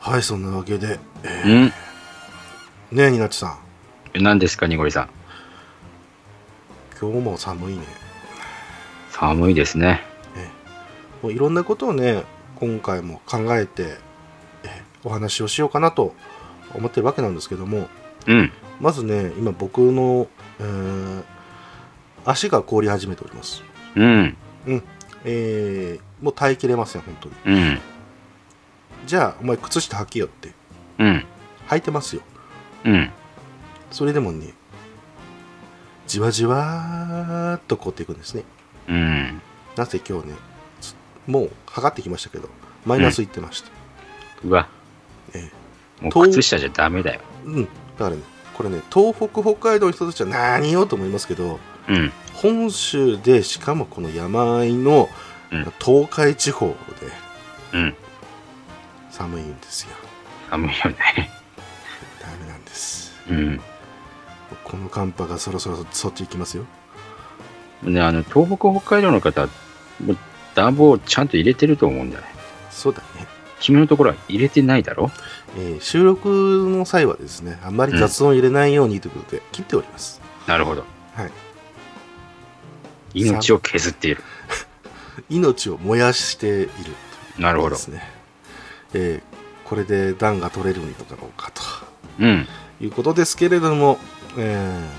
はいそんなわけで、えーうんねえになちさんえ何ですか、にごりさん。今日も寒いね寒いですね。もういろんなことをね今回も考えてえお話をしようかなと思ってるわけなんですけどもうん。まずね今僕の、えー足が凍り始めておりますうん。えーもう耐えきれません本当にうん。じゃあお前靴下履けよってうん。履いてますようん。それでもねじわじわーっと凍っていくんですねうん。なぜ今日ねつもう測ってきましたけどマイナスいってました、うわ。えもとう靴下じゃダメだよ。うん、だからね、これね、東北、北海道の人たちは何よと思いますけど、うん。本州で、しかもこの山あいの、うん東海地方でうん。寒いんですよ。寒いよね。 ダメなんです。うん。この寒波がそろそろそっち行きますよ。ね、あの、東北、北海道の方、もう暖房をちゃんと入れてると思うんだよね。そうだね。君のところは入れてないだろえー収録の際はですね、あんまり雑音を入れないようにということで、切っております。なるほど。はい。命を削っている。命を燃やしているなとるいほうでど。すね。えーこれで暖が取れるんだろうかと。うん。ということですけれども、え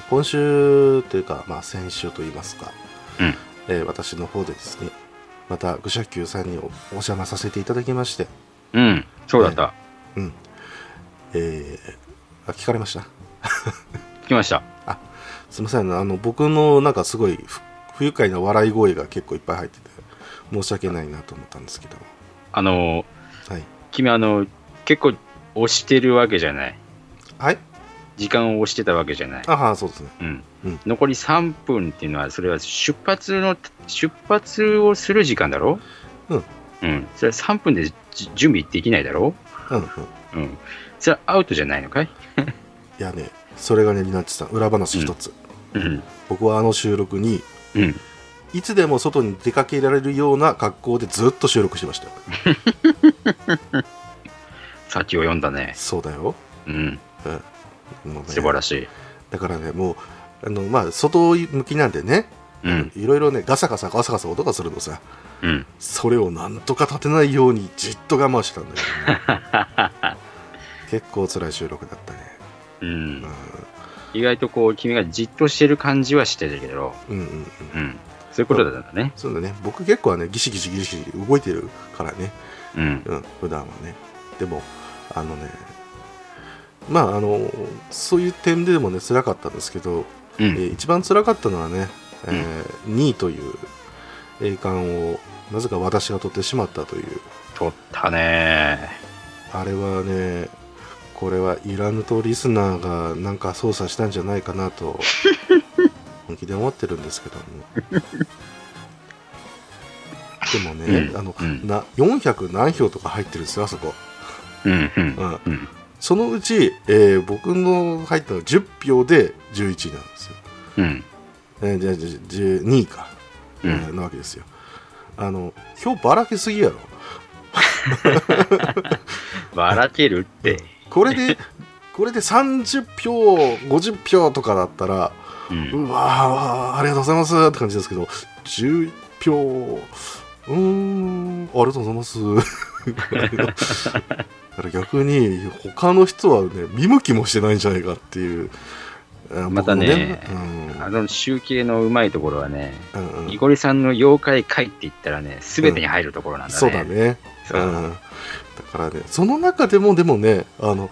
ー今週というか、まあ、先週といいますか、うんえー私の方でですねまた愚者級さんにおお邪魔させていただきまして、うん。そうだった。えーあ聞かれました聞きました。すみませんあの僕のなんかすごいふ不愉快な笑い声が結構いっぱい入ってて申し訳ないなと思ったんですけどあの、はい君、あの、結構押してるわけじゃない。はい時間を押してたわけじゃない。あはそうですねうんうん残り3分っていうのは、それは出発の、出発をする時間だろうん。うん。それは3分でじ準備できないだろうんうんいううん。それはアウトじゃないのかいやねそれがねリナッチさん裏話一つ、うん。僕はあの収録にうん。いつでも外に出かけられるような格好でずっと収録してましたよ先を読んだね。そうだよ。うん。もうね素晴らしい。だからね、もう、あのまあ、外向きなんでね、うん。いろいろね、ガサガサガサガサ音がするのさ、うん。それをなんとか立てないようにじっと我慢してたんだけど、 結構辛い収録だったね。うん。う意外とこう、君がじっとしてる感じはしてるけど、ん、うん、うんうん。うん。そういうことだったんだね。そうだね、僕結構はね、ギシギシギシギシ動いてるからね、うん。うん、普段はね。でも、あのね、まあ、あの、そういう点でもね、辛かったんですけど、うえん。ー一番辛かったのはね、え2位という栄冠をなぜか私が取ってしまったという取ったねあれはねこれはいらぬとリスナーがなんか操作したんじゃないかなと本気で思ってるんですけどもでもね、うんあのうんな400何票とか入ってるんですよあそこ、うん。うんう。ん、うん。そのうち、えー僕の入ったの10票で11位なんですよ、うん。えーじゃあじゃあ12位かうん。なわけですよ。あの今日ばらけすぎやろ。ばらけるって。これ でこれで30票50票とかだったらうん。うわーありがとうございますって感じですけど10票うーんありがとうございます だから逆に他の人はね見向きもしてないんじゃないかっていうあまたね僕もねあの集計のうまいところはね、うんうんうんニコリさんの妖怪界って言ったらね、すべてに入るところなんだね。そうだ。ね、そううんだからねその中でもでもねあの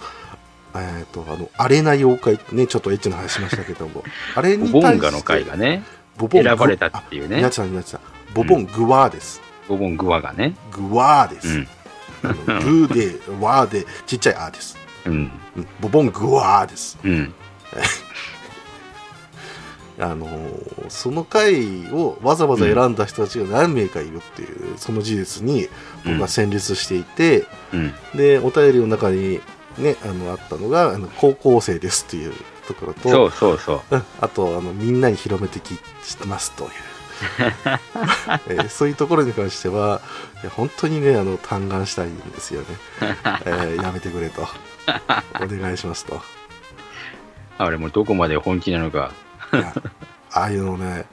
えっ、とあのアレな妖怪ねちょっとエッチな話しましたけど もあれにボボ対ンしてガの会がね、ボボン選グばれたっていうあねや、つさんやつさんボボングワーです、ボボングワがね、グワーでうす、ん、あのグーでワーでちっちゃいアーです、うん、うんボボングワーですうん、あのーその回をわざわざ選んだ人たちが何名かいるっていうその事実に僕は戦慄していて、うん、でお便りの中に、ね、あのあったのがあの高校生ですっていうところとそうそうそう、うんあとあのみんなに広めてきしてますというえーそういうところに関してはいや本当にねあの嘆願したいんですよね、えーやめてくれとお願いしますとあれもどこまで本気なのか。いやああいうのね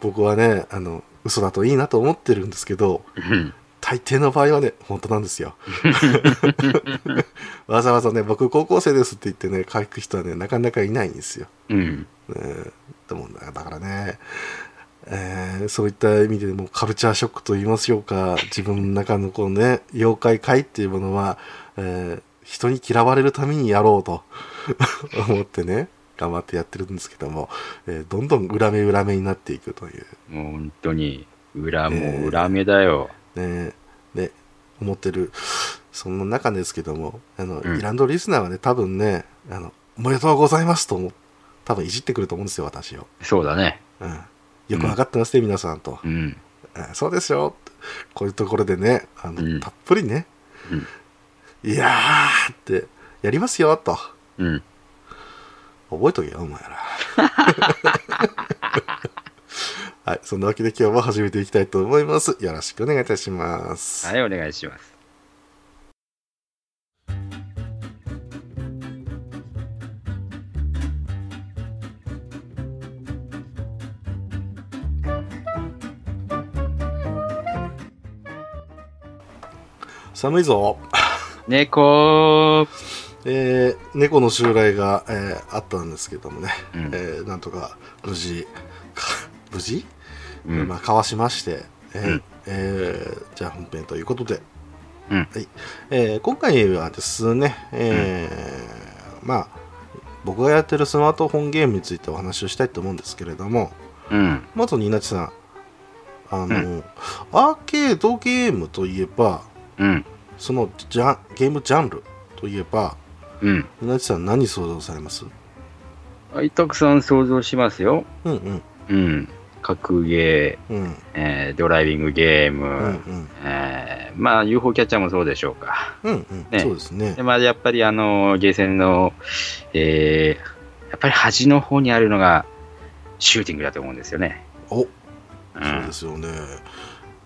僕はねあの嘘だといいなと思ってるんですけどうん大抵の場合はね本当なんですよわざわざね僕高校生ですって言ってね書く人はねなかなかいないんですようん。うんでもだからね、えーそういった意味でもうカルチャーショックと言いましょうか自分の中のこうね妖怪界っていうものは、えー人に嫌われるためにやろうと 思ってね頑張ってやってるんですけども、えーどんどん裏目裏目になっていくというもう本当に、裏ねえも裏目だよ。ねね思ってるそんな中ですけどもあの、うんイランドリスナーはね多分ねあの「おめでとうございます」と思う多分いじってくると思うんですよ私を。そうだね。うん、よく分かってますね、皆さんと、うん。うんそうですよこういうところでねあの、うんたっぷりね、いやーってやりますよとうん。覚えとけよお前ら はいそんなわけで今日も始めていきたいと思いますよろしくお願いいたします、はい、お願いします。寒いぞ猫えー猫の襲来が、えーあったんですけどもね、うんえーなんとか無事か無事うんまあ、交わしまして、えーうんえーじゃあ本編ということで、うんはいえー今回はですね、えーまあ、僕がやってるスマートフォンゲームについてお話をしたいと思うんですけれどもうん。まずニナチさんあの、うアーケードゲームといえばうん。そのジャンゲームジャンルといえばうん。ニナチさん何想像されますはい、たくさん想像しますよ。うんうんうん。格ゲうんうんー、えードライビングゲーム、うんえーまあ UFO キャッチャーもそうでしょうか。うんうん、ねそうですねで、まあやっぱりあの、ゲーセンの、えーやっぱり端の方にあるのがシューティングだと思うんですよね。おうそうでん。すよね。やっ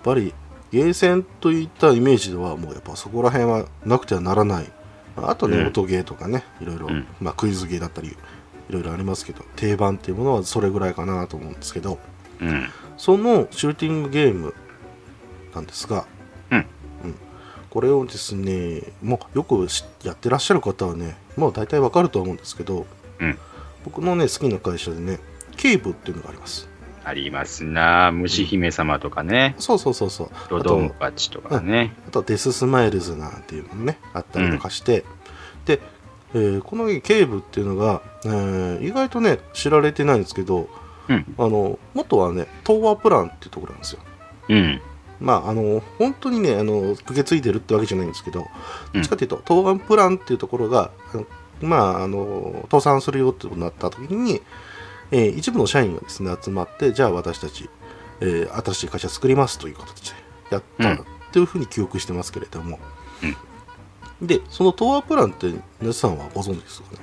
ぱりゲーセンといったイメージではもうやっぱそこら辺はなくてはならない。あとね、うん音ゲーとかね、いろいろ、うんまあ、クイズゲーだったり、いろいろありますけど、定番っていうものはそれぐらいかなと思うんですけど、うん。そのシューティングゲームなんですが、うんうんこれをですね、もうよくしやってらっしゃる方はね、もう大体わかると思うんですけど、うん僕のね、好きな会社でね、ケーブっていうのがあります。ありますな虫姫様とかね、そうそうそうそう。ドドンパチとかね。あとはデススマイルズなんていうのもねあったりとかして、で、えーこのケーブっていうのが、えー意外とね知られてないんですけどうん。あの元はね東和プランっていうところなんですようん。まああの本当にねあの受け継いでるってわけじゃないんですけど、うんどっちかというと東和プランっていうところがあのまああの倒産するよってことになった時に、えー一部の社員がですね集まってじゃあ私たち、えー新しい会社作りますということでやったっていうふうに記憶してますけれども、でその東和プランって皆さんはご存知ですかね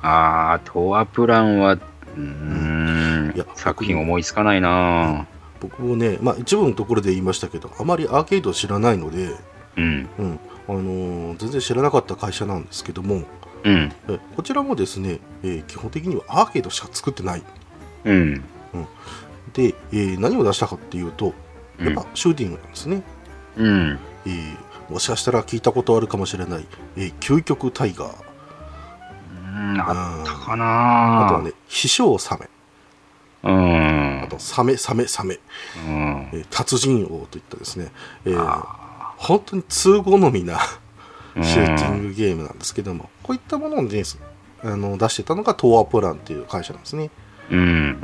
ああ、トアプランは、うーんいや、作品思いつかないな僕もね、まあ、一部のところで言いましたけどあまりアーケードを知らないので、うん。うんあのー全然知らなかった会社なんですけども、うん。えこちらもですね、えー基本的にはアーケードしか作ってないうん。で、えー何を出したかっていうとうやっんぱシューティングなんですね、うん。えーもしかしたら聞いたことあるかもしれない、えー究極タイガーうんああったーかあなとはね飛翔サメうん。あとサメサメサメ、うん。えー達人王といったですね、えーあ本当に通好みなーシューティングゲームなんですけどもこういったものをねあの出してたのが東亜プランっていう会社なんですねうん。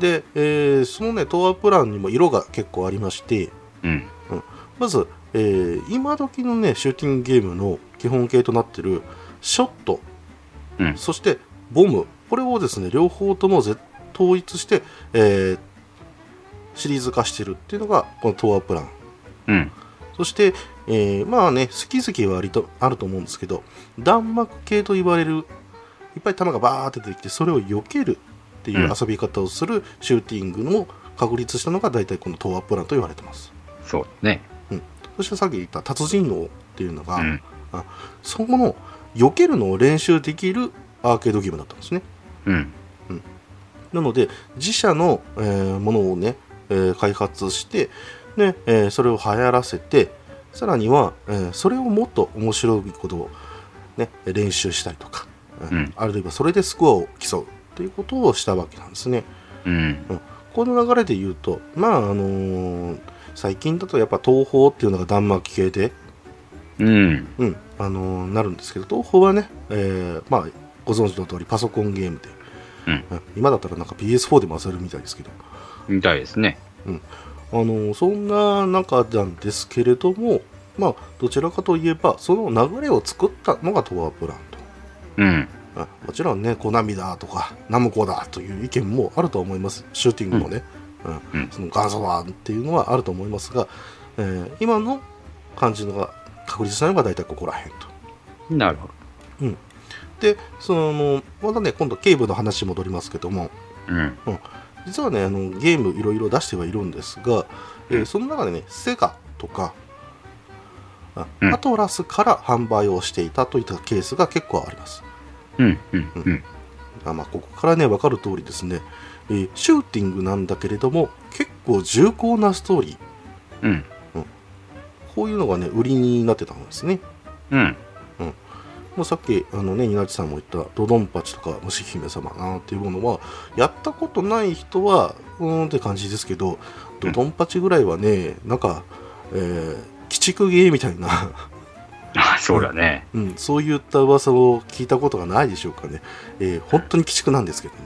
で、えーそのね東亜プランにも色が結構ありましてうん。まず、えー今時のねシューティングゲームの基本形となってるショット、うんそしてボムこれをですね両方ともぜ統一して、えーシリーズ化してるっていうのがこの東亜プランうん。そして、えーまあね好き好きはありとあると思うんですけど弾幕系と言われるいっぱい弾がバーって出てきてそれを避けるっていう遊び方をするシューティングの確立したのが大体この東亜プランと言われてますそうね。そしてさっき言った達人王っていうのが、うん。そこの避けるのを練習できるアーケードゲームだったんですねうん。なので自社の、えーものをね、えー開発して、ねえーそれを流行らせてさらには、えーそれをもっと面白いことを、ね、練習したりとか、ううんん、あるいはそれでスコアを競うということをしたわけなんですね。うん。この流れで言うとまああのー最近だとやっぱ東宝っていうのが弾幕系で、うん。うんあのーなるんですけど東宝はね、えーまあ、ご存知の通りパソコンゲームで、うん今だったらなんか PS4 でも遊べるみたいですけど、みたいですね。あのそんな中なんですけれども、まあ、どちらかといえばその流れを作ったのが東亜ブランドうん。あもちろんねコナミだとかナムコだという意見もあるとは思いますシューティングもね、うんうんその元祖はっていうのはあると思いますが、えー今の感じのが確立したのが大体ここら辺と。なるほど。でそのまたね今度警部の話に戻りますけども、うん。実はねあのゲームいろいろ出してはいるんですが、えーその中でねセガとかあうんアトラスから販売をしていたといったケースが結構ありますうん。うん。うん。あ、まあ、ここからね分かる通りですね、えーシューティングなんだけれども結構重厚なストーリーうん。こういうのがね売りになってたんですねうん。もうさっきあのね稲地さんも言った「ドドンパチ」とか「虫姫様」なんていうものはやったことない人はうーんって感じですけどドドンパチぐらいはねなんか、えー、鬼畜ゲーみたいな、 あ、そうだね。うん、そういった噂を聞いたことがないでしょうかね、えー本当に鬼畜なんですけども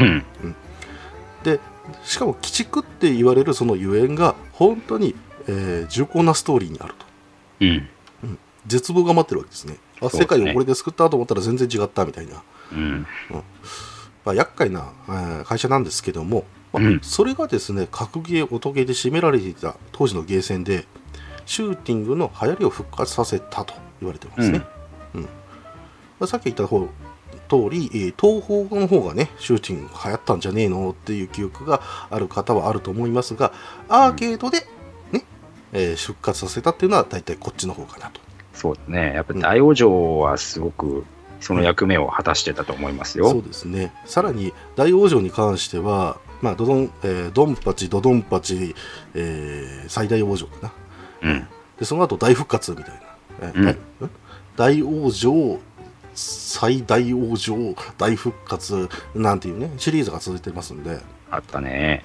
うん。しかも鬼畜って言われるそのゆえんが本当に、えー重厚なストーリーにあるとうん。絶望が待ってるわけですねあそうですね世界をこれで救ったと思ったら全然違ったみたいなうん。まあ、厄介な、えー会社なんですけども、まあうんそれがですね格ゲー音ゲーで占められていた当時のゲーセンでシューティングの流行りを復活させたと言われてますね、まあ、さっき言った方通り、えー東方の方がねシューティング流行ったんじゃねえのっていう記憶がある方はあると思いますがアーケードでね、えー復活させたっていうのは大体こっちの方かなとそうだね。やっぱ大王女はすごくその役目を果たしてたと思いますそうよ。ですねさらに大往生に関しては、まあ、ドドン、えードンパチドドンパチ、えー最大往生かなうん。でその後大復活みたいな、えーうん大ん大往生最大往生大復活なんていうねシリーズが続いてますんで、あったね。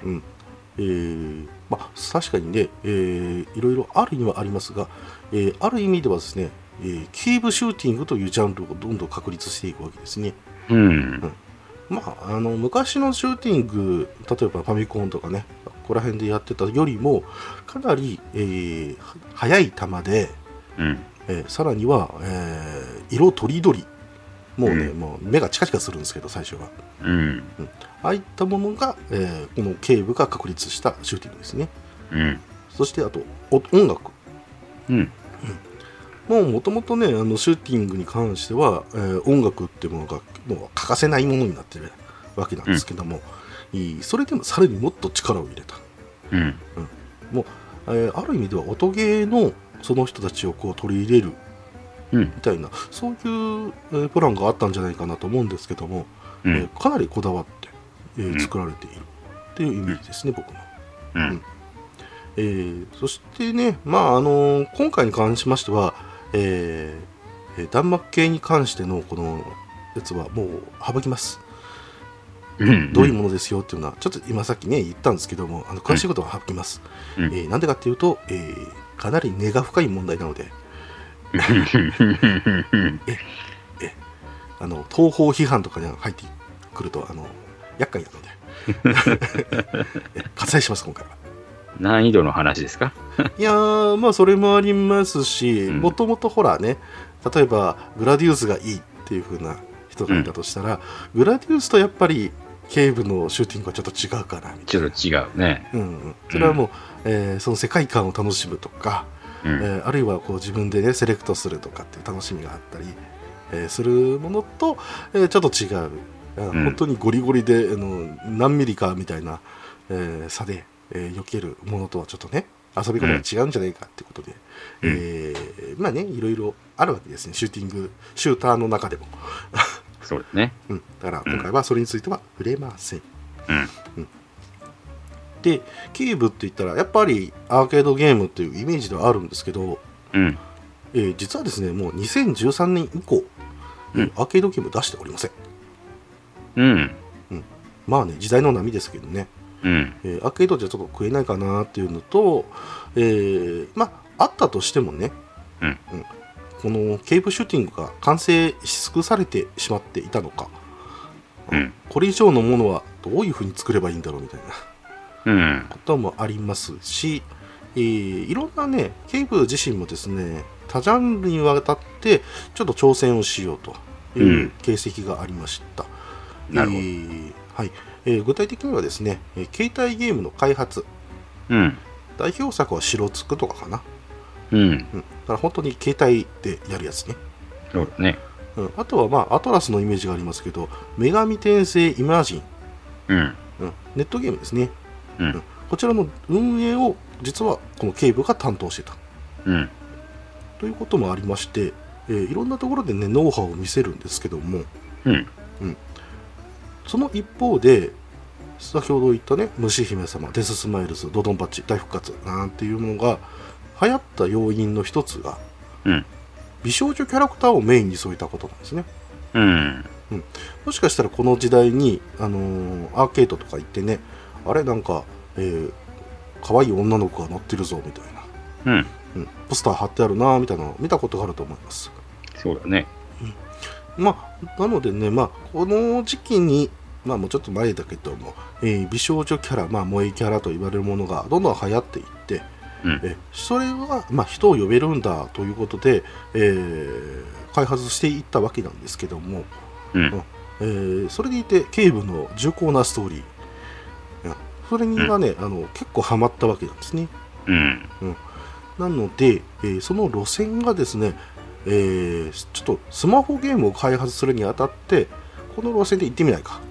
えーまあ、確かにね、えーいろいろあるにはありますが、えーある意味ではですね、えーキューブシューティングというジャンルをどんどん確立していくわけですね。うん。まあ、あの昔のシューティング例えばファミコンとかねここら辺でやってたよりもかなり、えーは速い球で、うん。えーさらには、えー色とりどりもうね、うもう目がチカチカするんですけど最初はうん。ああいったものが、えーこの警部が確立したシューティングですねうん。そしてあとお音楽うん。もうもともとねあのシューティングに関しては、えー音楽っていうものがもう欠かせないものになってるわけなんですけども、いいそれでもさらにもっと力を入れた、うん。えーある意味では音ゲーのその人たちをこう取り入れるうん。みたいなそういう、えープランがあったんじゃないかなと思うんですけども、うえん。ーかなりこだわって、えーうん作られているっていうイメージですね、僕の。うん。えーそしてね、まああのー今回に関しましては、えーえー弾幕系に関してのこのやつはもう省きます、うん。どういうものですよっていうのはちょっと今さっきね言ったんですけどもあの詳しいことは省きます、うんえーなんでかっていうと、えーかなり根が深い問題なのでうん。あの東方批判とかに入ってくるとあの厄介なの でえ割愛します今回は難易度の話ですかいやーまあそれもありますしうんもともとほらね例えばグラディウスがいいっていう風な人がいたとしたら、グラディウスとやっぱり警部のシューティングはちょっと違うかなみたちいょなっ、と違うね。うんうん、それはもう、えーその世界観を楽しむとか、うえん。ーあるいはこう自分でねセレクトするとかっていう楽しみがあったり、えーするものと、えーちょっと違う、あん本当にゴリゴリであの何ミリかみたいなえー差で、えー避けるものとはちょっとね遊び方が違うんじゃないかってことで、うんえーまあねいろいろあるわけですねシューティングシューターの中でも、そうですね。うん、だから今回はそれについては触れませんうん。でキューブって言ったらやっぱりアーケードゲームっていうイメージではあるんですけど、うん。えー実はですねもう2013年以降、うんアーケードゲーム出しておりませんうん。まあね時代の波ですけどね、うん。えーアーケードじゃちょっと食えないかなっていうのと、えーまああったとしてもね、うんこのケーブシューティングが完成し尽くされてしまっていたのか、うんこれ以上のものはどういうふうに作ればいいんだろうみたいなうん。こともありますし、えーいろんなねケイブ自身もですね多ジャンルにわたってちょっと挑戦をしようとういうん形跡がありました、なるほえど。ーはいえー具体的にはですね、えー携帯ゲームの開発うん。代表作は「白つく」とかかな、うん。うん、だから本当に携帯でやるやつね、そうだね。うん、あとはまあアトラスのイメージがありますけど「女神転生イマージンうん。」うん、ネットゲームですね、うん。こちらの運営を実はこのケイブが担当してたうん。ということもありまして、えーいろんなところでねノウハウを見せるんですけどもうん。その一方で先ほど言ったね虫姫様デススマイルズドドンパッチ大復活なんていうものが流行った要因の一つが、うん美少女キャラクターをメインに添えたことなんですねうん。もしかしたらこの時代に、あのーアーケードとか行ってねあれなんか、えー、可愛い女の子が乗ってるぞみたいな、うん。うん、ポスター貼ってあるなみたいなのを見たことがあると思いますそうだね。まあ、なのでね、まあ、この時期に、まあ、もうちょっと前だけども、えー美少女キャラ、まあ、萌えキャラと言われるものがどんどん流行っていって、うんえーそれは、まあ、人を呼べるんだということで、えー開発していったわけなんですけども、うん。えーそれでいて警部の重厚なストーリー、うんそれにはね、あの結構ハマったわけなんですね。うん。なので、えーその路線がですね、えーちょっとスマホゲームを開発するにあたってこの路線で行ってみないか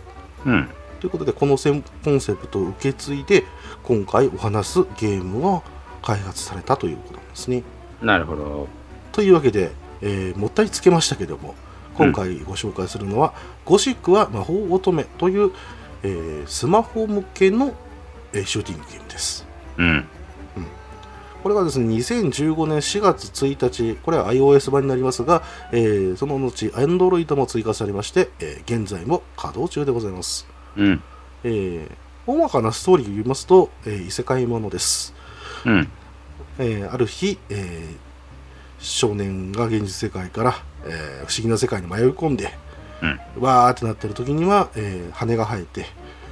うん。ということでこのせんコンセプトを受け継いで今回お話すゲームが開発されたということなんですね。なるほど。というわけで、えーもったいつけましたけども今回ご紹介するのは「ゴシックは魔法乙女」という、えースマホ向けの、えーシューティングゲームです。うん。これがですね、2015年4月1日、これは iOS 版になりますが、えーその後、Android も追加されまして、えー現在も稼働中でございます。うん。えー大まかなストーリーを言いますと、えー異世界ものです。うん。えーある日、えー少年が現実世界から、えー不思議な世界に迷い込んで、わーってなってる時には、えー羽が生えて、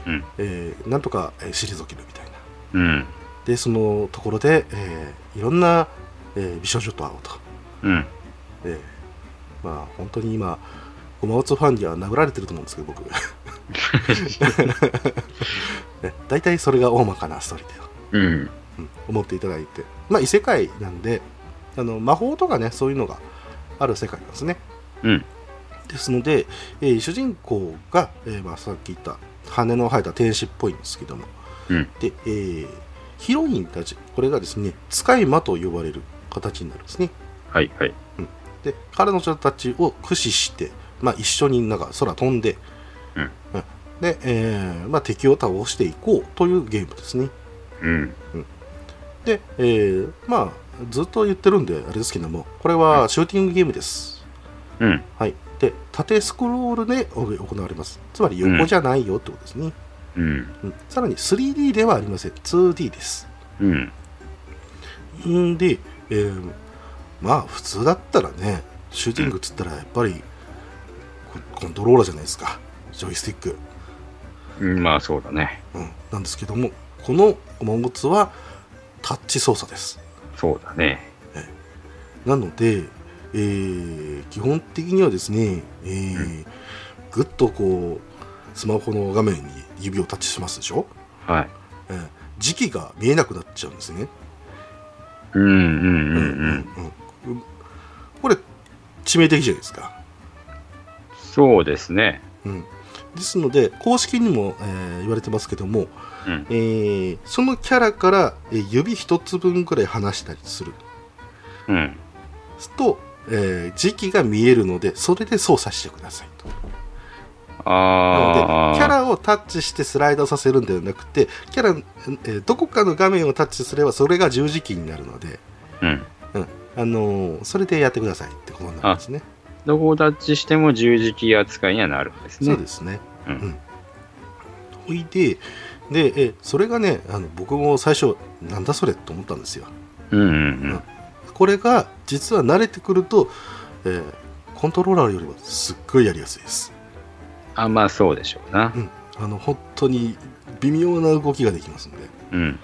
うんえーなんとか、えー退けるみたいな。うん。で、そのところで、えーいろんな、えー美少女と会おうと。うん。ええまあ本当に今ゴマオツファンには殴られてると思うんですけど僕ね大体それが大まかなストーリーだよ、うん。うん、思っていただいてまあ異世界なんであの魔法とかねそういうのがある世界なんですねうん。ですので、えー主人公が、えーまあ、さっき言った羽の生えた天使っぽいんですけどもうん。で、えーヒロインたちこれがですね使い魔と呼ばれる形になるんですねはいはい。で彼女たちを駆使して、まあ、一緒になんか空飛んで、うんうんでえーまあ、敵を倒していこうというゲームですね。うん。で、えーまあ、ずっと言ってるんであれですけどもこれはシューティングゲームです。うん。はい、で縦スクロールでお行われますつまり横じゃないよってことですね、うん。うんさらに 3D ではありません 2D ですうん。んで、えーまあ普通だったらねシューティングっつったらやっぱりココントローラーじゃないですかジョイスティック、うん。まあそうだね。うん、なんですけどもこのモンゴツはタッチ操作ですそうだね。なので、えー基本的にはですね、えーぐっとこうスマホの画面に指をタッチしますでしょ、はい。えー時期が見えなくなっちゃうんですねうんうんうんうん。うんうんこれ致命的じゃないですかそうですね。うん、ですので公式にも、えー言われてますけども、うんえーそのキャラから、えー指一つ分くらい離したりするうん。と、えー時期が見えるのでそれで操作してくださいとなのでああ。キャラをタッチしてスライドさせるんではなくてキャラ、えーどこかの画面をタッチすればそれが十字キーになるので、うん。うんあのーそれでやってくださいってことになるんですね。どこをタッチしても十字キー扱いにはなるんですね。そうですね。うんほいで、で、えそれがね、あの僕も最初、なんだそれと思ったんですよ。うんうんこれが、実は慣れてくると、えーコントローラーよりはすっごいやりやすいです。あ、まあそうでしょうな。あの本当に微妙な動きができますんうん。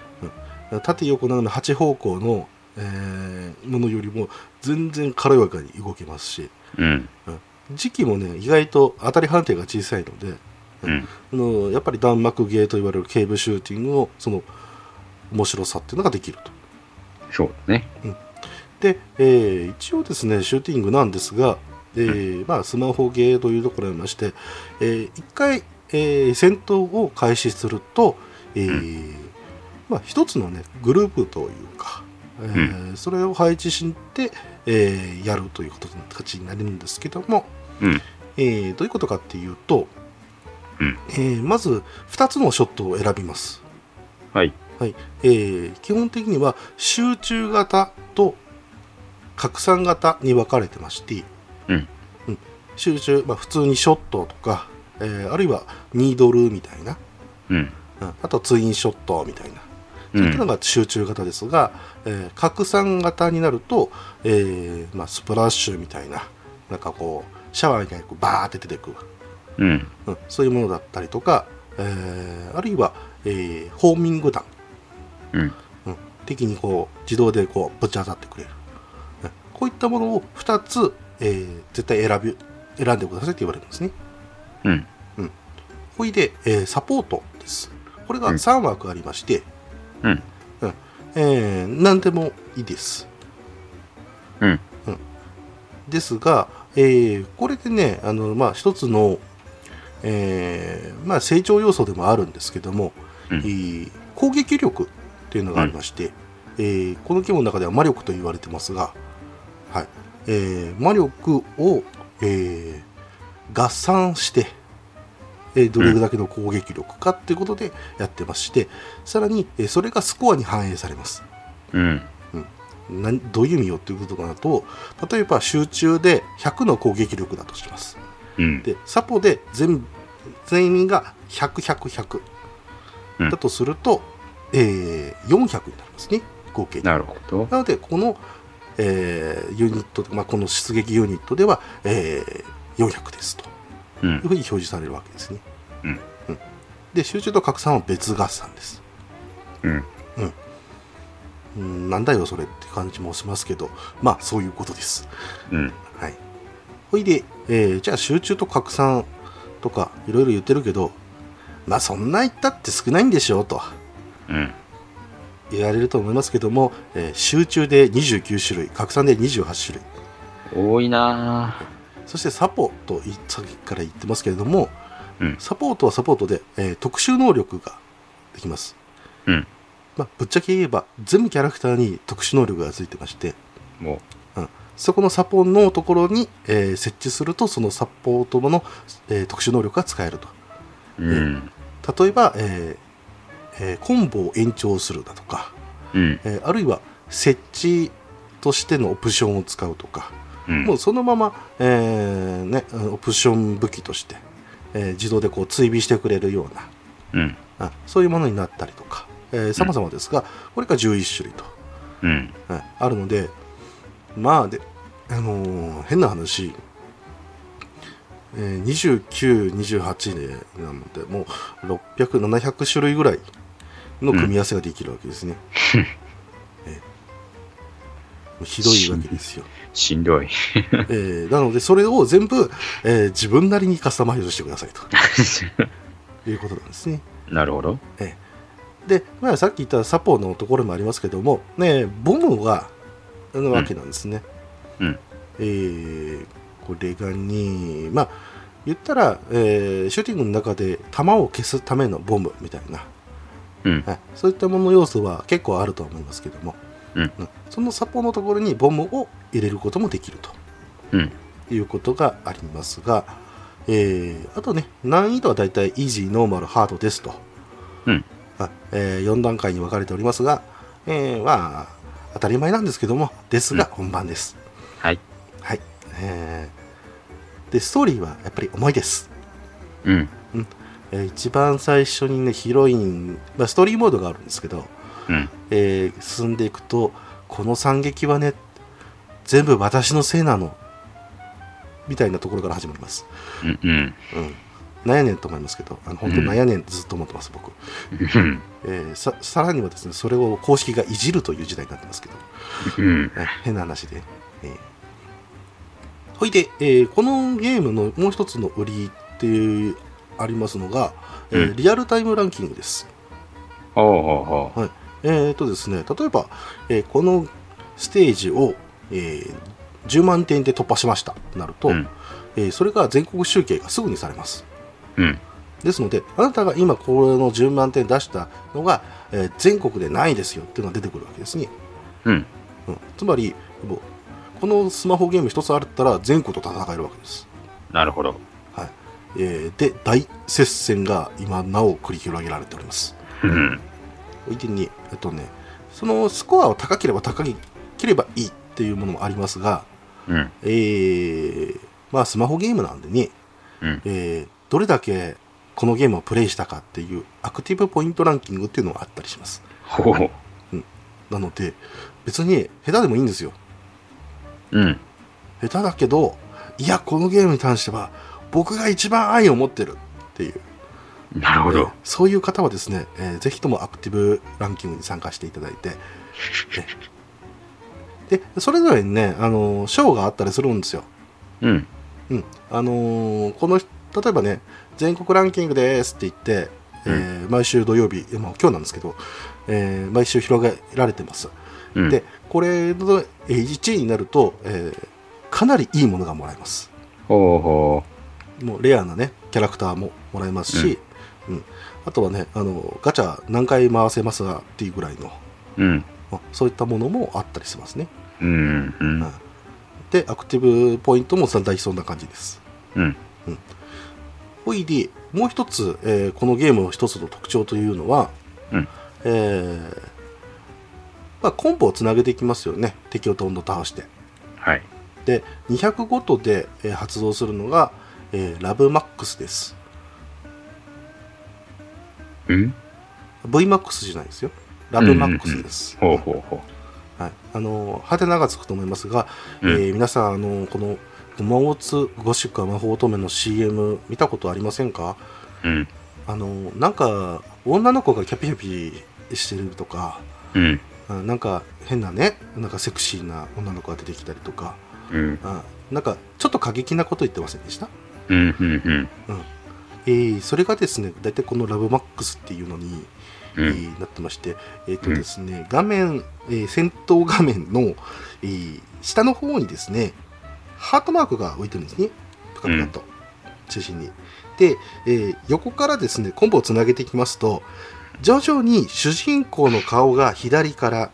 で、縦横なの8方向の、えーものよりも全然軽やかに動けますし、うん。時期もね、意外と当たり判定が小さいので、うん。あのやっぱり弾幕ゲーと言われるケーブルシューティングのその面白さっていうのができると。そうだね。で、えー一応ですねシューティングなんですが、えーまあ、スマホゲーというところにありまして、えー一回、えー戦闘を開始すると、えーまあ、一つの、ね、グループというか、えーそれを配置して、えーやるということの形になるんですけども、うん。えーどういうことかっていうと、うんえーまず2つのショットを選びます。はい。はいえー基本的には集中型と拡散型に分かれてまして、うんうん集中、まあ、普通にショットとか、えーあるいはニードルみたいな、うん。うんあとツインショットみたいな、うそういったのん。が集中型ですが、えー拡散型になると、えーまあ、スプラッシュみたいななんかこうシャワーみたいにこうバーって出てくる、うん。うんそういうものだったりとか、えーあるいは、えーホーミング弾うん。うん、敵にこう自動でこうぶち当たってくれる、うんこういったものを2つ、えー絶対選び選んでくださいって言われるんですねうん。ほいで、えーサポートですこれがうん3枠ありまして、うん。えー何でもいいですうん。ですが、えーこれでねあの、まあ、一つの、えーまあ、成長要素でもあるんですけども、うんえー攻撃力っていうのがありまして、えーこの規模の中では魔力と言われてますが、はいえー魔力を、えー合算して、えーどれだけの攻撃力かっていうことでやってまして、さらに、えーそれがスコアに反映されます。うん。なんどういう意味よっていうことかなと例えば集中で100の攻撃力だとしますうん。でサポで全全員が100100うんだとすると、えー400になりますね合計ななるほど。のでこの、えーユニット、まあ、この出撃ユニットでは、えー400ですとう。いうふうんに表示されるわけですね、うんうんで集中と拡散は別合算ですうん。うんなんだよそれって感じもしますけどまあそういうことですうん。はい、ほいで、えーじゃあ集中と拡散とかいろいろ言ってるけどまあそんな言ったって少ないんでしょうとうん。言われると思いますけども、えー集中で29種類拡散で28種類多いなぁそしてサポといさっきから言ってますけれども、うんサポートはサポートで、えー特殊能力ができます、うんまあ、ぶっちゃけ言えば全部キャラクターに特殊能力がついてましてもそこのサポのところに、えー設置するとそのサポートの、えー特殊能力が使えるとう。うん。例えば、えーえーコンボを延長するだとか、うん。えーあるいは設置としてのオプションを使うとか、うん。もうそのまま、えーね、あのオプション武器として、えー自動でこう追尾してくれるようなうん。あそういうものになったりとか、えー、様々ですが、これが11種類と、うん。はいあるのでまあで、あのー変な話、えー、2928でなのでもう600700種類ぐらいの組み合わせができるわけですね、えーもうひどいわけですよ、しんどい。 えーなのでそれを全部、えー自分なりにカスタマイズしてくださいということなんですねなるほど。で、まあ、さっき言ったサポのところもありますけども、ね、ボムがあのわけなんですね。うんえーこれがね、まあ、言ったら、えーシューティングの中で弾を消すためのボムみたいな、うんはい、そういったものの要素は結構あるとは思いますけども、うんそのサポのところにボムを入れることもできるとうん。いうことがありますが、えーあとね難易度はだいたいイージーノーマルハードですと、うんあえ4段階に分かれておりますが、えーまあ当たり前なんですけどもですが本番です、はい。はい、えーでストーリーはやっぱり重いです、うん。えー一番最初にねヒロイン、まあ、ストーリーモードがあるんですけど、うん。えー進んでいくとこの惨劇はね全部私のせいなのみたいなところから始まります、うん。うん。うん、なんやねんと思いますけどあの本当うんなんやねんってずっと思ってます僕、うん。えーささらにはですねそれを公式がいじるという時代になってますけどうん。はい変な話で、えーほいで、えーこのゲームのもう一つの売りっていうありますのが、えーうんリアルタイムランキングですほうほうほえーとですね、例えば、えーこのステージを、えー10万点で突破しましたとなると、うんえーそれが全国集計がすぐにされます。う。うん。ですので、あなたが今この10万点出したのが、えー全国でないですよっていうのが出てくるわけですね。うん。うん、つまり、もうこのスマホゲーム一つあったら全国と戦えるわけです。なるほど。はいえーで、大接戦が今なお繰り広げられております。うん。置いてに、えっとね、そのスコアを高ければ高ければいいっていうものもありますが、うん。えーまあ、スマホゲームなんでね、うん。えーどれだけこのゲームをプレイしたかっていうアクティブポイントランキングっていうのがあったりします。ほう。なので、別に下手でもいいんですよ。うん。下手だけど、いや、このゲームに関しては、僕が一番愛を持ってるっていう、なるほえどー。そういう方はですね、えーぜひともアクティブランキングに参加していただいて、えーでそれぞれにね、あのー賞があったりするんですよ。うん。うんあのーこの人例えばね、全国ランキングですって言って、えー毎週土曜日、まあ、今日なんですけど、えー毎週広げられてます。うん。で、これのえー1位になると、えーかなりいいものがもらえます。ほうほもうレアなねキャラクターももらえますし、うんあとはねあのガチャ何回回せますがっていうぐらいのう。うん。あそういったものもあったりしますねうん。うん。でアクティブポイントも大体そんな感じですうん。ほいでもう一つ、えーこのゲームの一つの特徴というのは、うんえーまあ、コンボをつなげていきますよね敵をどんどん倒してはい。で200ごとで、えー発動するのが、えーラブマックスですうん VMAX じゃないですよラブマックスです、ほうほうほはい、あのハテナがつくと思いますが、う。うえん。ー皆さんあのこの「ゴマオツゴシックは魔法乙女」の CM 見たことありませんかうん。あのなんか女の子がキャピキャピしてるとかうん。あなんか変なねなんかセクシーな女の子が出てきたりとかうん。あなんかちょっと過激なこと言ってませんでした、うん。うん。えーそれがですね大体この「ラブマックス」っていうのに、うえん。ーなってまして、えっ、とですね、画面、えー戦闘画面の、えー下の方にですね、ハートマークが浮いてるんですね。プカプカと、中心に。で、えー横からですね、コンボをつなげていきますと、徐々に主人公の顔が左から、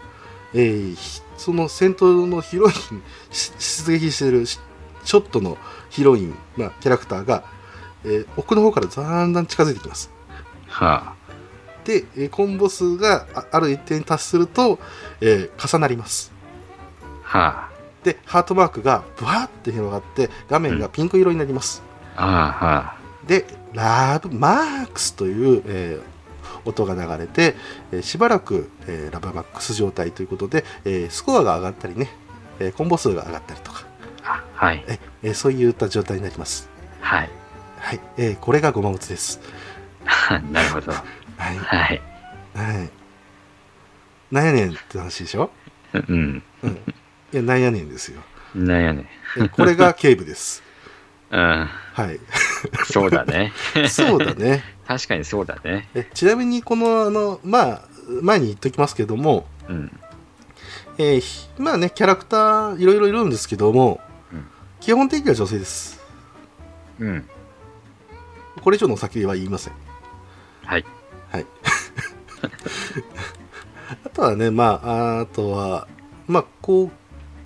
えーひその戦闘のヒロイン、し出撃してるしショットのヒロイン、まあ、キャラクターが、えー奥の方からだんだん近づいてきます。はあ。で、えーコンボ数があある一定に達すると、えー重なりますはでハートマークがブワーって広がって画面がピンク色になります、あ。ああ、はあ。でラブマークスという、えー音が流れて、えーしばらく、えーラブマックス状態ということで、えースコアが上がったりね、えーコンボ数が上がったりとか、あはい。えーそういった状態になりますはい。はい、えーこれがごま打つです なるほど。はい、ははい。い、なんやねんって話でしょうん。うんいやなんやねんですよなんやね。えこれが警部です。うん。はい。そうだね。そうだね。確かにそうだね。えちなみに、この、あの、まあ、前に言っときますけども、うん。えーひまあね、キャラクターいろいろいるんですけどもうん、基本的には女性です。うん。これ以上の先は言いません。はい。はい。あとはね、まあ、あとは、まあ、こ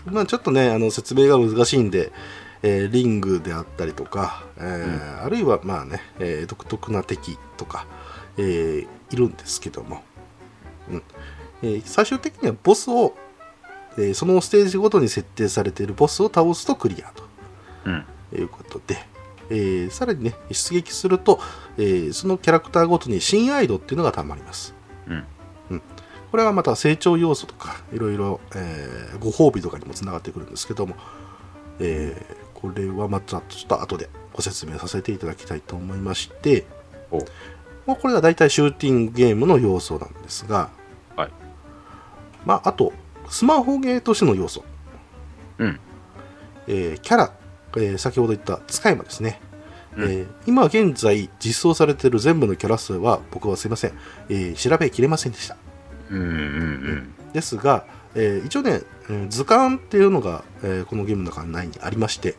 う、まあ、ちょっとね、あの説明が難しいんで、えーリングであったりとか、えーあるいは、まあね、えー独特な敵とか、えーいるんですけども、うんえー最終的にはボスを、えーそのステージごとに設定されているボスを倒すとクリアと。うん。ということで、えーさらにね出撃すると、えーそのキャラクターごとに親愛度っていうのがたまります、うんうんこれはまた成長要素とかいろいろ、えーご褒美とかにもつながってくるんですけども、えーこれはまたちょっと後でご説明させていただきたいと思いましておまあこれが大体シューティングゲームの要素なんですが、はいまあ、あとスマホゲーとしての要素うん。えーキャラ、えー先ほど言った使い魔ですね、うんえー今現在実装されている全部のキャラ数は僕はすいません、えー調べきれませんでしたうんうんですが、えー一応ね、えー図鑑っていうのが、えーこのゲームの中にないにありまして、うん。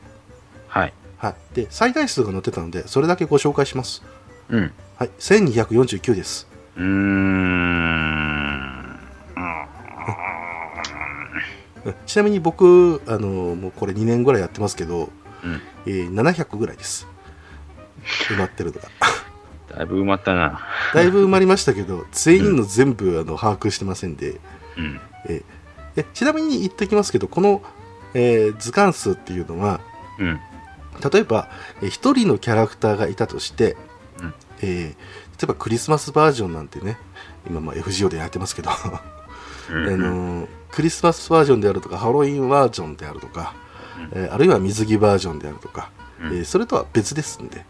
はい。はい、で最大数が載ってたのでそれだけご紹介します、うん。はい、1249ですうーん。うんちなみに僕、あのーもうこれ2年ぐらいやってますけど、うんえー700ぐらいです埋まってるのがだいぶ埋まったな。だいぶ埋まりましたけど全員の全部あの把握してませんで、うん。えちなみに言ってきますけどこの、えー図鑑数っていうのはうん。例えば1人のキャラクターがいたとして、うんえー例えばクリスマスバージョンなんてね今まあ FGO でやってますけど、うん あのークリスマスバージョンであるとかハロウィンバージョンであるとか、えーあるいは水着バージョンであるとか、うんえーそれとは別ですんで、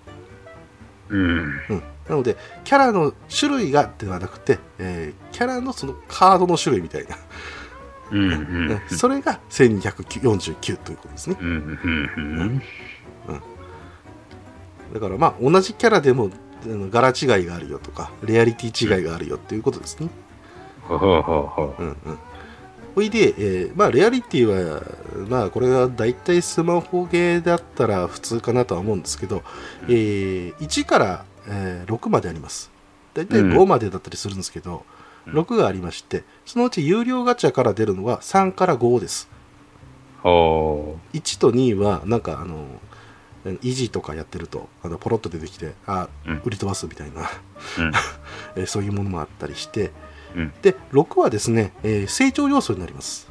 うん。うんなのでキャラの種類がではなくて、えーキャラのそのカードの種類みたいな、うん。うん。ね それが1249ということですねうん。うん。だからまあ同じキャラでもあの柄違いがあるよとかレアリティ違いがあるよっていうことですね。ほうほうほうほうんうん。ほいで、えーまあレアリティはまあこれは大体スマホゲーだったら普通かなとは思うんですけど、えー1から、えー6まであります。大体うん5までだったりするんですけど、うん6がありましてそのうち有料ガチャから出るのは3から5です。う。ほ1と2はなんかあの維持とかやってるとあのポロッと出てきてあうん売り飛ばすみたいな、う。うん。えーそういうものもあったりして、うんで6はですね、えー成長要素になります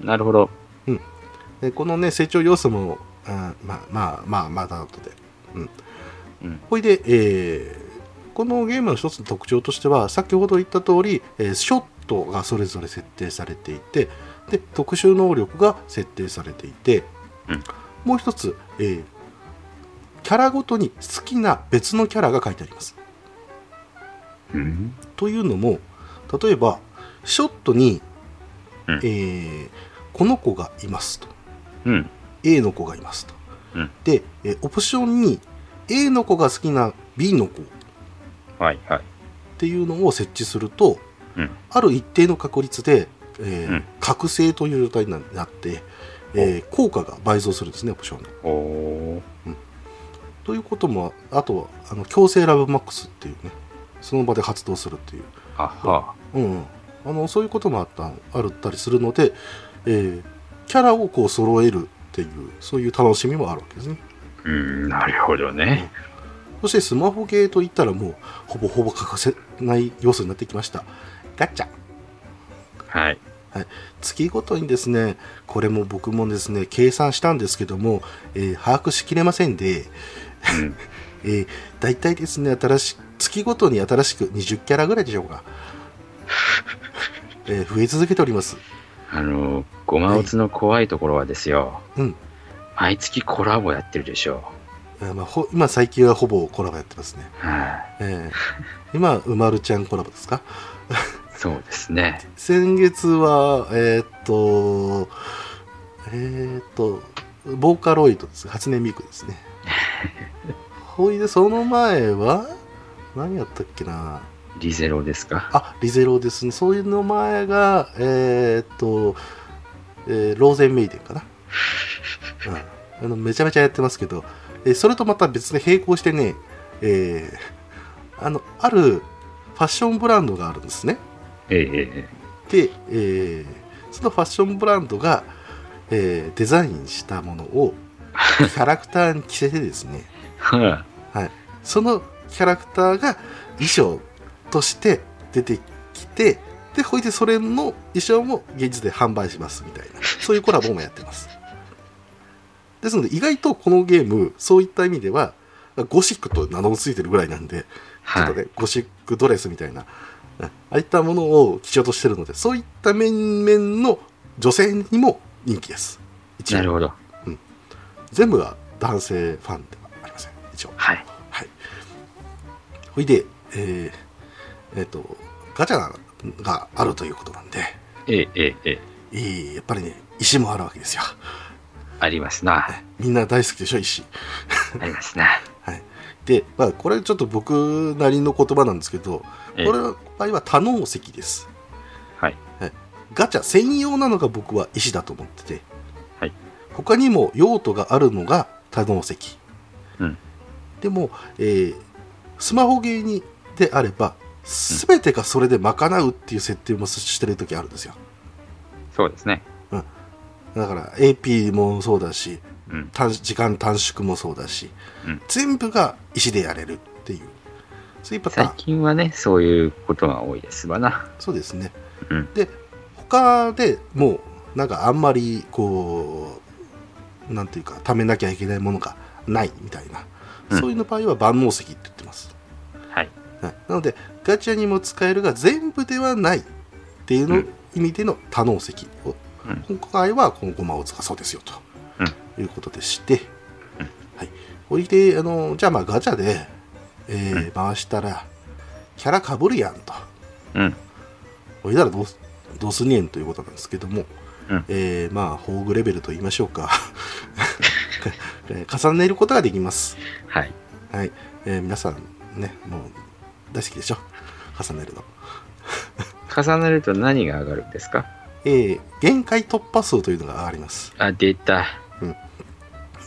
なるほど。でこのね成長要素もあーまあまあまあまだ後でうんうん。ほいで、えーこのゲームの一つの特徴としては先ほど言った通り、えーショットがそれぞれ設定されていてで特殊能力が設定されていて、うんもう一つ、えーキャラごとに好きな別のキャラが書いてありますうん。というのも例えばショットに、うんえーこの子がいますとうん。 A の子がいますと、うんで、えーオプションに A の子が好きな B の子っはいはい。ていうのを設置するとうん。ある一定の確率で、えーうん覚醒という状態になって、えー効果が倍増するんですねオプションの。ほということもあとはあの強制ラブマックスっていうねその場で発動するっていうう。はは。うんうん、あのそういうこともあったあるったりするので、えーキャラをこう揃えるっていうそういう楽しみもあるわけですねうん。なるほどね。そしてスマホゲーといったらもうほぼほぼ欠かせない要素になってきましたガチャはい。月ごとにですねこれも僕もですね計算したんですけども、えー把握しきれませんで、うん。えー、大体ですね新し月ごとに新しく20キャラぐらいでしょうか、 えー増え続けておりますあの、ごまおつの怖いところはですよ。うん毎月コラボやってるでしょえーまあ、ほ今最近はほぼコラボやってますねう。はい。ええ今、うまるちゃんコラボですかそうですね。先月は、えーっと、えーっと、ボーカロイドです。初音ミクですね。ほいで、その前は、何やったっけなリゼロですか。あ、リゼロですね。そういうの前が、えーっと、えーローゼンメイデンかな。うんあのめちゃめちゃやってますけど、えそれとまた別に並行してね、えーあのあるファッションブランドがあるんですねええで、えーそのファッションブランドが、えーデザインしたものをキャラクターに着せてですねはそのキャラクターが衣装として出てきてでほいでそれの衣装も現実で販売しますみたいなそういうコラボもやってますですので意外とこのゲームそういった意味ではゴシックと名の付いてるぐらいなんでちあょっとはい。ね、ゴシックドレスみたいな、うんああいったものを基調としてるので、そういった面々の女性にも人気です。一なる応、ほど。全部は男性ファンではありません、一応。はい。ほいで、えーえーと、ガチャがあるということなんで、ええええええいいやっぱりね、石もあるわけですよ。ありますな。みんな大好きでしょ、石。ありますな。で、まあ、これちょっと僕なりの言葉なんですけど、ええこれの場合は多能石です。はい。ガチャ専用なのが僕は石だと思ってて、はい他にも用途があるのが多能石、うんでも、えースマホゲーにであれば全てがそれで賄うっていう設定もしてる時あるんですよそうですね。だから AP もそうだしうん。短時間短縮もそうだし、うん全部が石でやれるっていうそういうパター最ン近はね、そういうことが多いですわな。そうですね、うんで他でもうなんかあんまりこうなんていうか貯めなきゃいけないものがないみたいな、うんそういうの場合は万能石って言ってます、はい。はいなのでガチャにも使えるが全部ではないっていうの、うん意味での多能石を、うん今回はこのゴマを使そうですよと、いうことでして、うんはいほいであのじゃあまあガチャで、えーう回したらキャラかぶるやんと。うん。これならどうすどうすんねんということなんですけども、うんえーまあ宝具レベルと言いましょうか えー重ねることができます、はい。はいえー皆さんねもう大好きでしょ重ねるの、重ねると何が上がるんですかえー限界突破数というのがありますあ、出た。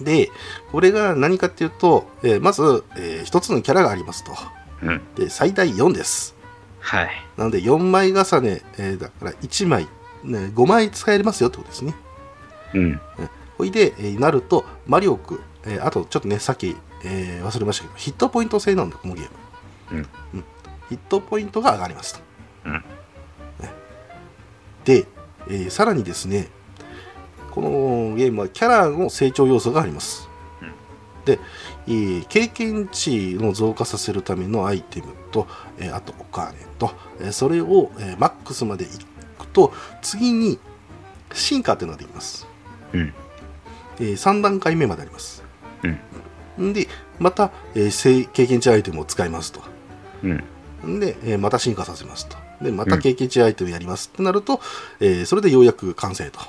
でこれが何かっていうと、えーまず、え1つのキャラがありますとうん。で最大4ですはい。なので4枚重ね、えーだから1枚、ね、5枚使えますよってことですねうん。ほいで、えーなると、魔力、えーあとちょっとね、さっき、えー忘れましたけど、ヒットポイント制なんだ、このゲーム。うんヒットポイントが上がりますと。うんねで、えーさらにですね、このゲームはキャラの成長要素があります。うんで、えー経験値の増加させるためのアイテムと、えーあとお金と、えーそれを、えーマックスまでいくと、次に進化というのができます。うん。え3段階目まであります。んで、また、えーせ経験値アイテムを使いますと。うん。んで、えーまた進化させますと。で、まうたん経験値アイテムやりますってなると、えーそれでようやく完成と。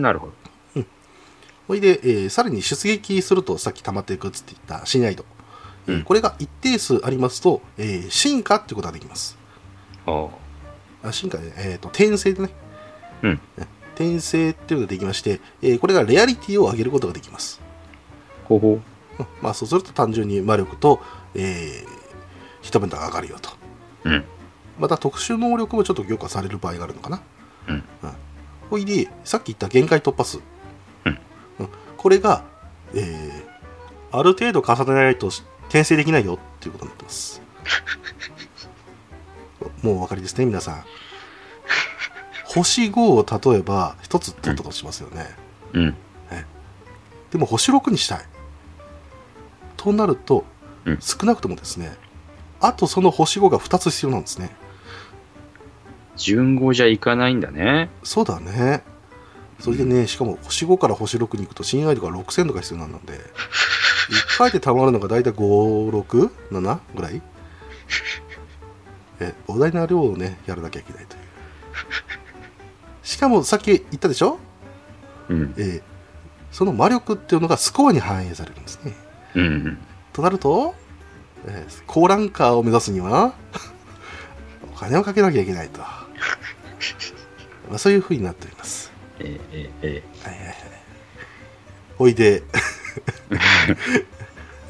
なるほど。ほいで、えーさらに出撃すると、さっき溜まっていくっつって言った信頼度。えーうんこれが一定数ありますと、えー進化ってことができます。おうあ進化ね、えーと、転生でね。うん転生っていうのができまして、えーこれがレアリティを上げることができます。ほほうんまあそうすると単純に魔力と、えー、一分が上がるよと。う。うん。また特殊能力もちょっと強化される場合があるのかな。うんほいで、さっき言った限界突破数。うんうんこれが、えーある程度重ねないと転生できないよっていうことになってます。 もうお分かりですね、皆さん。星5を例えば一つ取ったとしますよね。うん。でも星6にしたい。となると、うん少なくともですね、あとその星5が2つ必要なんですね。順語じゃいかないんだね。そうだね。それでね、しかも星5から星6に行くと、信頼度が6000とか必要なので、1回で溜まるのが大体5、6、7ぐらい。え、膨大な量をね、やらなきゃいけないという。しかもさっき言ったでしょ、うん。えーその魔力っていうのがスコアに反映されるんですね。うん。となると、えー高ランカーを目指すには お金をかけなきゃいけないと、 まあ、そういうふうになっておりますえー、えー、えはいはいはいおいで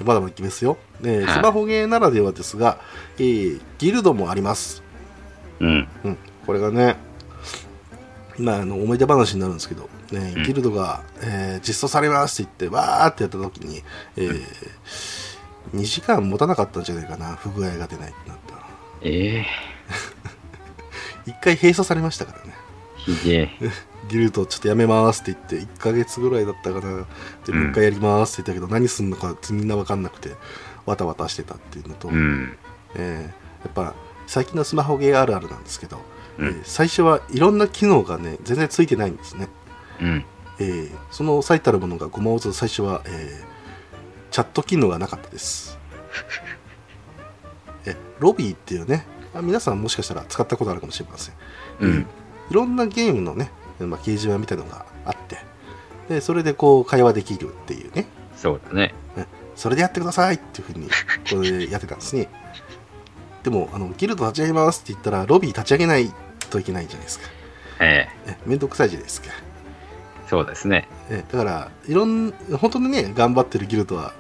まだまだいきますよえースマホゲーならではですが、えーギルドもあります。うん。うん、これがね、まあ、あの思い出話になるんですけど、ねうんギルドが、えー実装されますって言ってわーってやった時に、えー2時間持たなかったんじゃないかな不具合が出ないってなったええ1回閉鎖されましたからねひでえ。ギルドちょっとやめますって言って1ヶ月ぐらいだったかなでうんもう一回やりますって言ったけど、何すんのかみんな分かんなくてわたわたしてたっていうのと、うん。えーやっぱ最近のスマホゲーあるあるなんですけど、うんえー最初はいろんな機能がね全然ついてないんですね、うん。えーその最たるものがごまおず最初は、えーチャット機能がなかったです えロビーっていうねあ皆さんもしかしたら使ったことあるかもしれませんうん。いろんなゲームのね、まあ、掲示板みたいなのがあってでそれでこう会話できるっていうねそうだね。それでやってくださいっていうふうにこれやってたんですね でもあのギルド立ち上げますって言ったらロビー立ち上げないといけないじゃないですかえええめんどくさいじゃないですかそうですね。えだからいろん本当にね頑張ってるギルドは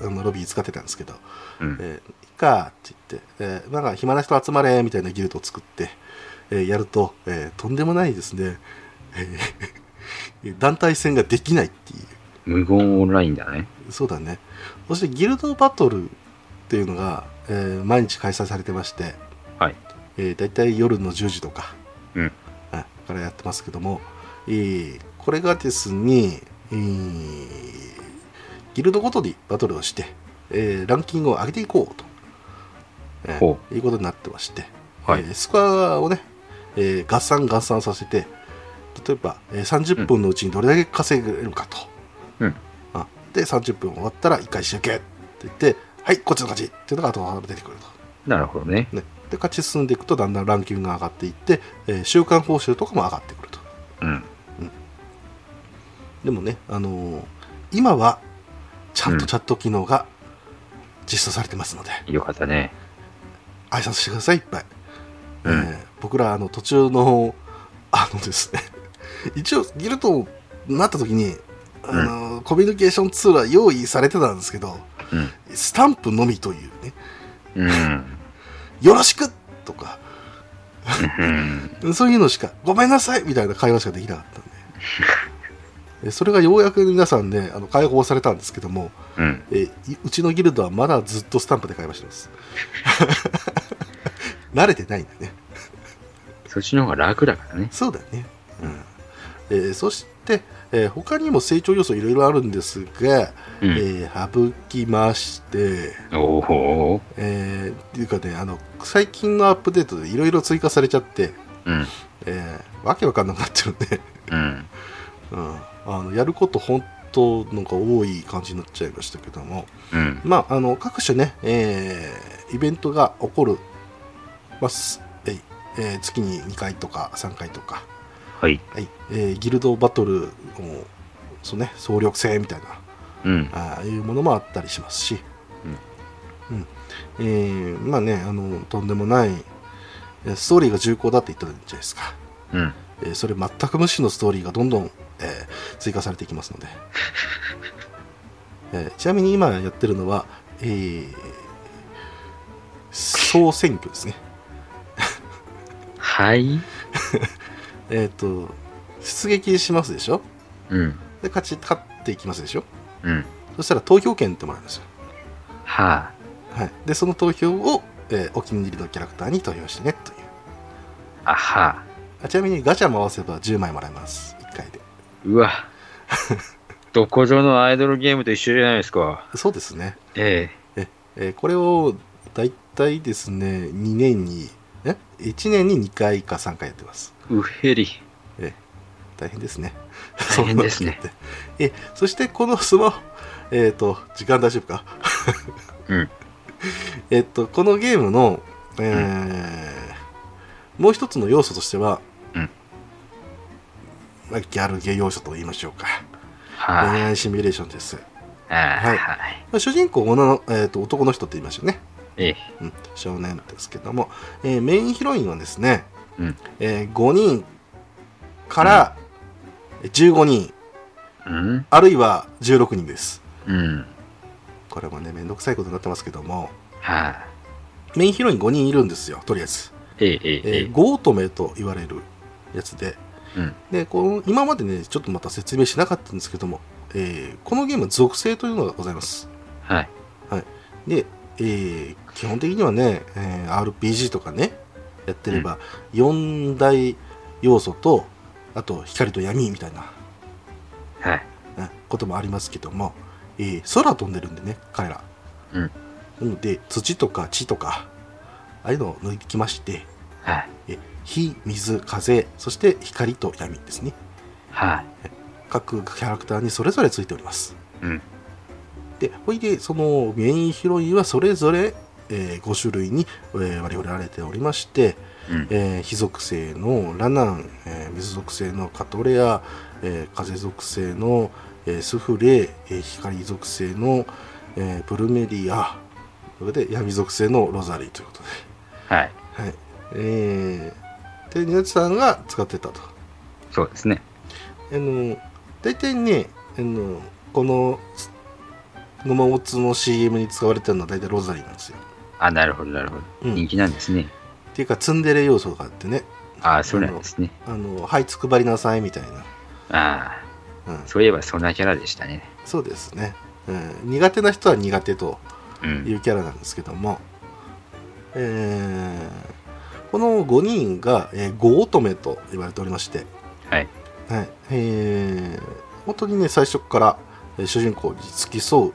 あのロビー使ってたんですけどうん。えーいっかって言って、えーなんか暇な人集まれみたいなギルドを作って、えーやると、えーとんでもないですね、えー団体戦ができないっていう無言オンラインだね。そうだねそしてギルドバトルっていうのが、えー毎日開催されてまして、はいえー、大体夜の10時とか、うんあからやってますけども、えーこれがですね、えーギルドごとにバトルをして、えーランキングを上げていこうと、えーほいうことになってまして、はいえースコアをね、えー、合算合算させて例えば、えー30分のうちにどれだけ稼げるかと、うんあで30分終わったら1回集計って言ってはいこっちの勝ちっていうのが後から出てくると。なるほどね。ね、で勝ち進んでいくとだんだんランキングが上がっていって、えー週間報酬とかも上がってくるとうん。でもね、あのー今はちゃんとチャット機能が実装されてますので、よかったね。挨拶してくださいいっぱい、うんえー僕らあの途中のあのですね 一応ギルドになった時にあのー、コミュニケーションツールは用意されてたんですけどうん。スタンプのみというねうん。 「よろしく!」とかうんそういうのしか「ごめんなさい!」みたいな会話しかできなか ったんでえそれがようやく皆さんねあの解放されたんですけども、うん。えーいうちのギルドはまだずっとスタンプで会話してます 慣れてないんだねそっちの方が楽だからね。そうだね、うんえーそして、えー他にも成長要素いろいろあるんですが、うんえー省きまして、おお。えーっていうかねあの最近のアップデートでいろいろ追加されちゃって、うん。えーわけわかんなくなってるんで、うん。うん、あのやること本当なんか多い感じになっちゃいましたけども、うん。まあ、あの各種ね、えーイベントが起こるます、えいえー月に2回とか3回とか、はい。はいえーギルドバトルのそう、ね、総力戦みたいなうん。あーいうものもあったりしますし、うんえーまあねあのとんでもないえーストーリーが重厚だって言ったじゃないですか、うん。えーそれ全く無視のストーリーがどんどん、えー追加されていきますので、えーちなみに今やってるのは、えー総選挙ですねはい。えっ、と出撃しますでしょうん。で勝ち勝っていきますでしょうん。そしたら投票権ってもらうんですよはあ。はい、でその投票を、えーお気に入りのキャラクターに投票してねというあはあ。あちなみにガチャ回せば10枚もらえます1回でうわ。どこぞのアイドルゲームと一緒じゃないですか。そうですね、ええーこれをだいたいですね2年にえ1年に2回か3回やってますえ。うへり。大変ですね 大変ですね そんなことやってえそしてこのスマホえっ、と時間大丈夫かうん えっとこのゲームの、えーもう一つの要素としては、うんまあ、ギャルゲー要素と言いましょうか恋は愛シミュレーションです、まあ。は。はいいはい。あ主人公女の、えー、と男の人って言いましたよね、ええ。うん、少年ですけども、えーメインヒロインはですね、うんえ5人から15人、うん。あるいは16人ですうん。これもね、めんどくさいことになってますけども、はい、メインヒロイン5人いるんですよ、とりあえず。ええええええー、ゴートメと言われるやつで、うんでこの今までね、ちょっとまた説明しなかったんですけども、えーこのゲームは属性というのがございます。えはい。で、えー基本的にはね、えー RPG とかね、やってれば、4大要素と、あと光と闇みたいなはい。うんこともありますけども、えー空飛んでるんでね彼ら、うんなので土とか地とかああいうのを抜いてきましてはい。えー火水風そして光と闇ですねはい。各キャラクターにそれぞれついておりますうん。でほいでそのメインヒロインはそれぞれ、え5種類に、えー割り振られておりまして、うん。えー火属性のラナン、えー水属性のカトレア、えー風属性の、えースフレ、えー光属性の、えープルメリアそれで闇属性のロザリーということで、はい。はいえー、でニャチさんが使ってたとそうですね。あの大体ねあのこの野間つの CM に使われてるのは大体ロザリーなんですよ、あ、なるほど、なるほど。うん人気なんですね。っていうかツンデレ要素があってねあそうなんですね。あのはいつくばりなさいみたいな、あうんあ、、そういえばそんなキャラでしたね。そうですね、うん、苦手な人は苦手とういん。うキャラなんですけども、えーこの5人が、えー、五乙女と言われておりまして、はい。はいえー本当にね最初からえー主人公に付き添う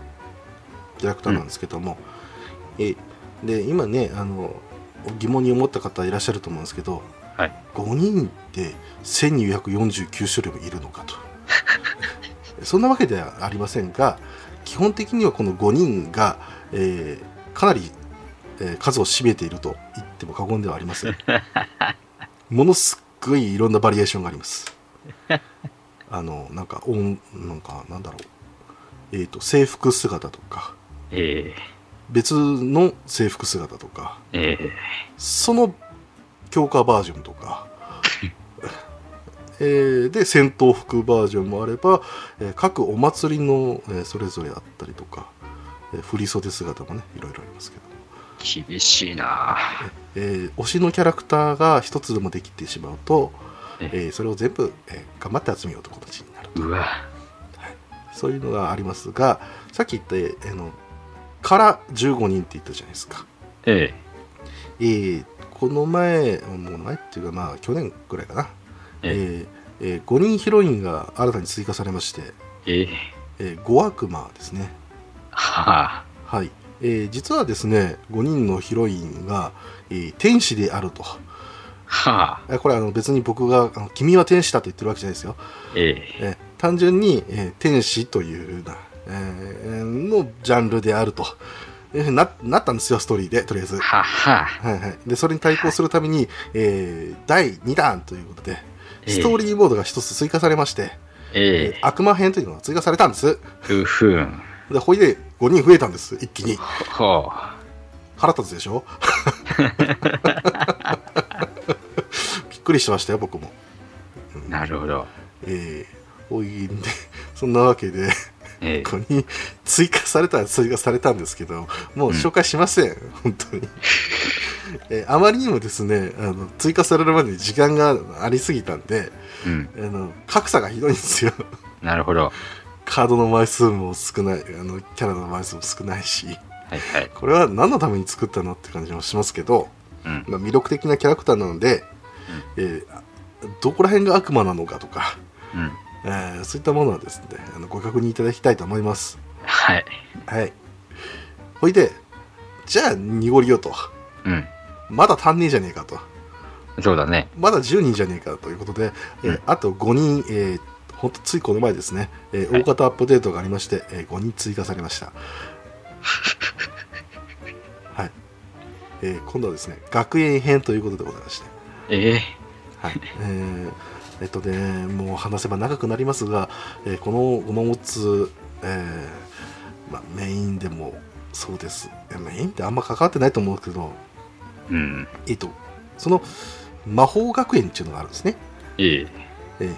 キャラクターなんですけども、えーで今ねあの疑問に思った方いらっしゃると思うんですけど、はい5人って1249種類もいるのかと そんなわけではありませんが基本的にはこの5人が、えーかなり、えー数を占めていると言っても過言ではありませ んものすっごいいろんなバリエーションがありますあのなんかおんなんかなんだろうえっ、と制服姿とかえ別の制服姿とかえええその強化バージョンとか えーで戦闘服バージョンもあれば、えー各お祭りの、えーそれぞれあったりとか、えー振り袖姿もねいろいろありますけど、厳しいなあえー推しのキャラクターが一つでもできてしまうと、ええーそれを全部、えー頑張って集めようという形になるとうわ。そういうのがありますがさっき言った、えーのから15人って言ったじゃないですか。ええーこの前、もう前っていうか、まあ、去年ぐらいかな、えええーえ5人ヒロインが新たに追加されまして、ええええー、5悪魔ですね、はあ。はいえー実はですね、5人のヒロインが、えー天使であると、はあ。えーこれあの別に僕があの君は天使だと言ってるわけじゃないですよ、えええー単純に、えー天使というような、えーのジャンルであると、えーななったんですよ、ストーリーで、とりあえず。はあはあ。はいはい、でそれに対抗するために、えー第2弾ということで、ええストーリーボードが一つ追加されまして、え悪魔編というのが追加されたんです。えうふん。で、ほいで5人増えたんです、一気に。ほう。腹立つでし ょびっくりしてましたよ、僕も。なるほど。えー、ほいで、そんなわけで、ええ5人追加されたら追加されたんですけど、もう紹介しません、本当に。えーあまりにもですねあの、追加されるまでに時間がありすぎたんで、うん。あの格差がひどいんですよ なるほど。カードの枚数も少ないあのキャラの枚数も少ないしはいはい。これは何のために作ったのって感じもしますけど、うん。まあ、魅力的なキャラクターなので、えーあどこら辺が悪魔なのかとか、うん。えーそういったものはですねあのご確認いただきたいと思いますはい。はいほいでじゃあ濁りよとうん。まだ足んねえじゃねえかとそうだね。まだ10人じゃねえかということで、えーうんあと5人、えーほんとついこの前ですね、えーはい大型アップデートがありまして、え5人追加されま した。はい、えー今度はですね、学園編ということでございまして、ええはいえーえっとね、もう話せば長くなりますが、えーこのごまもつ、えーまあ、メインでもそうです、えメインってあんま関わってないと思うけど、うん。えっと、その魔法学園っていうのがあるんですね。ええええ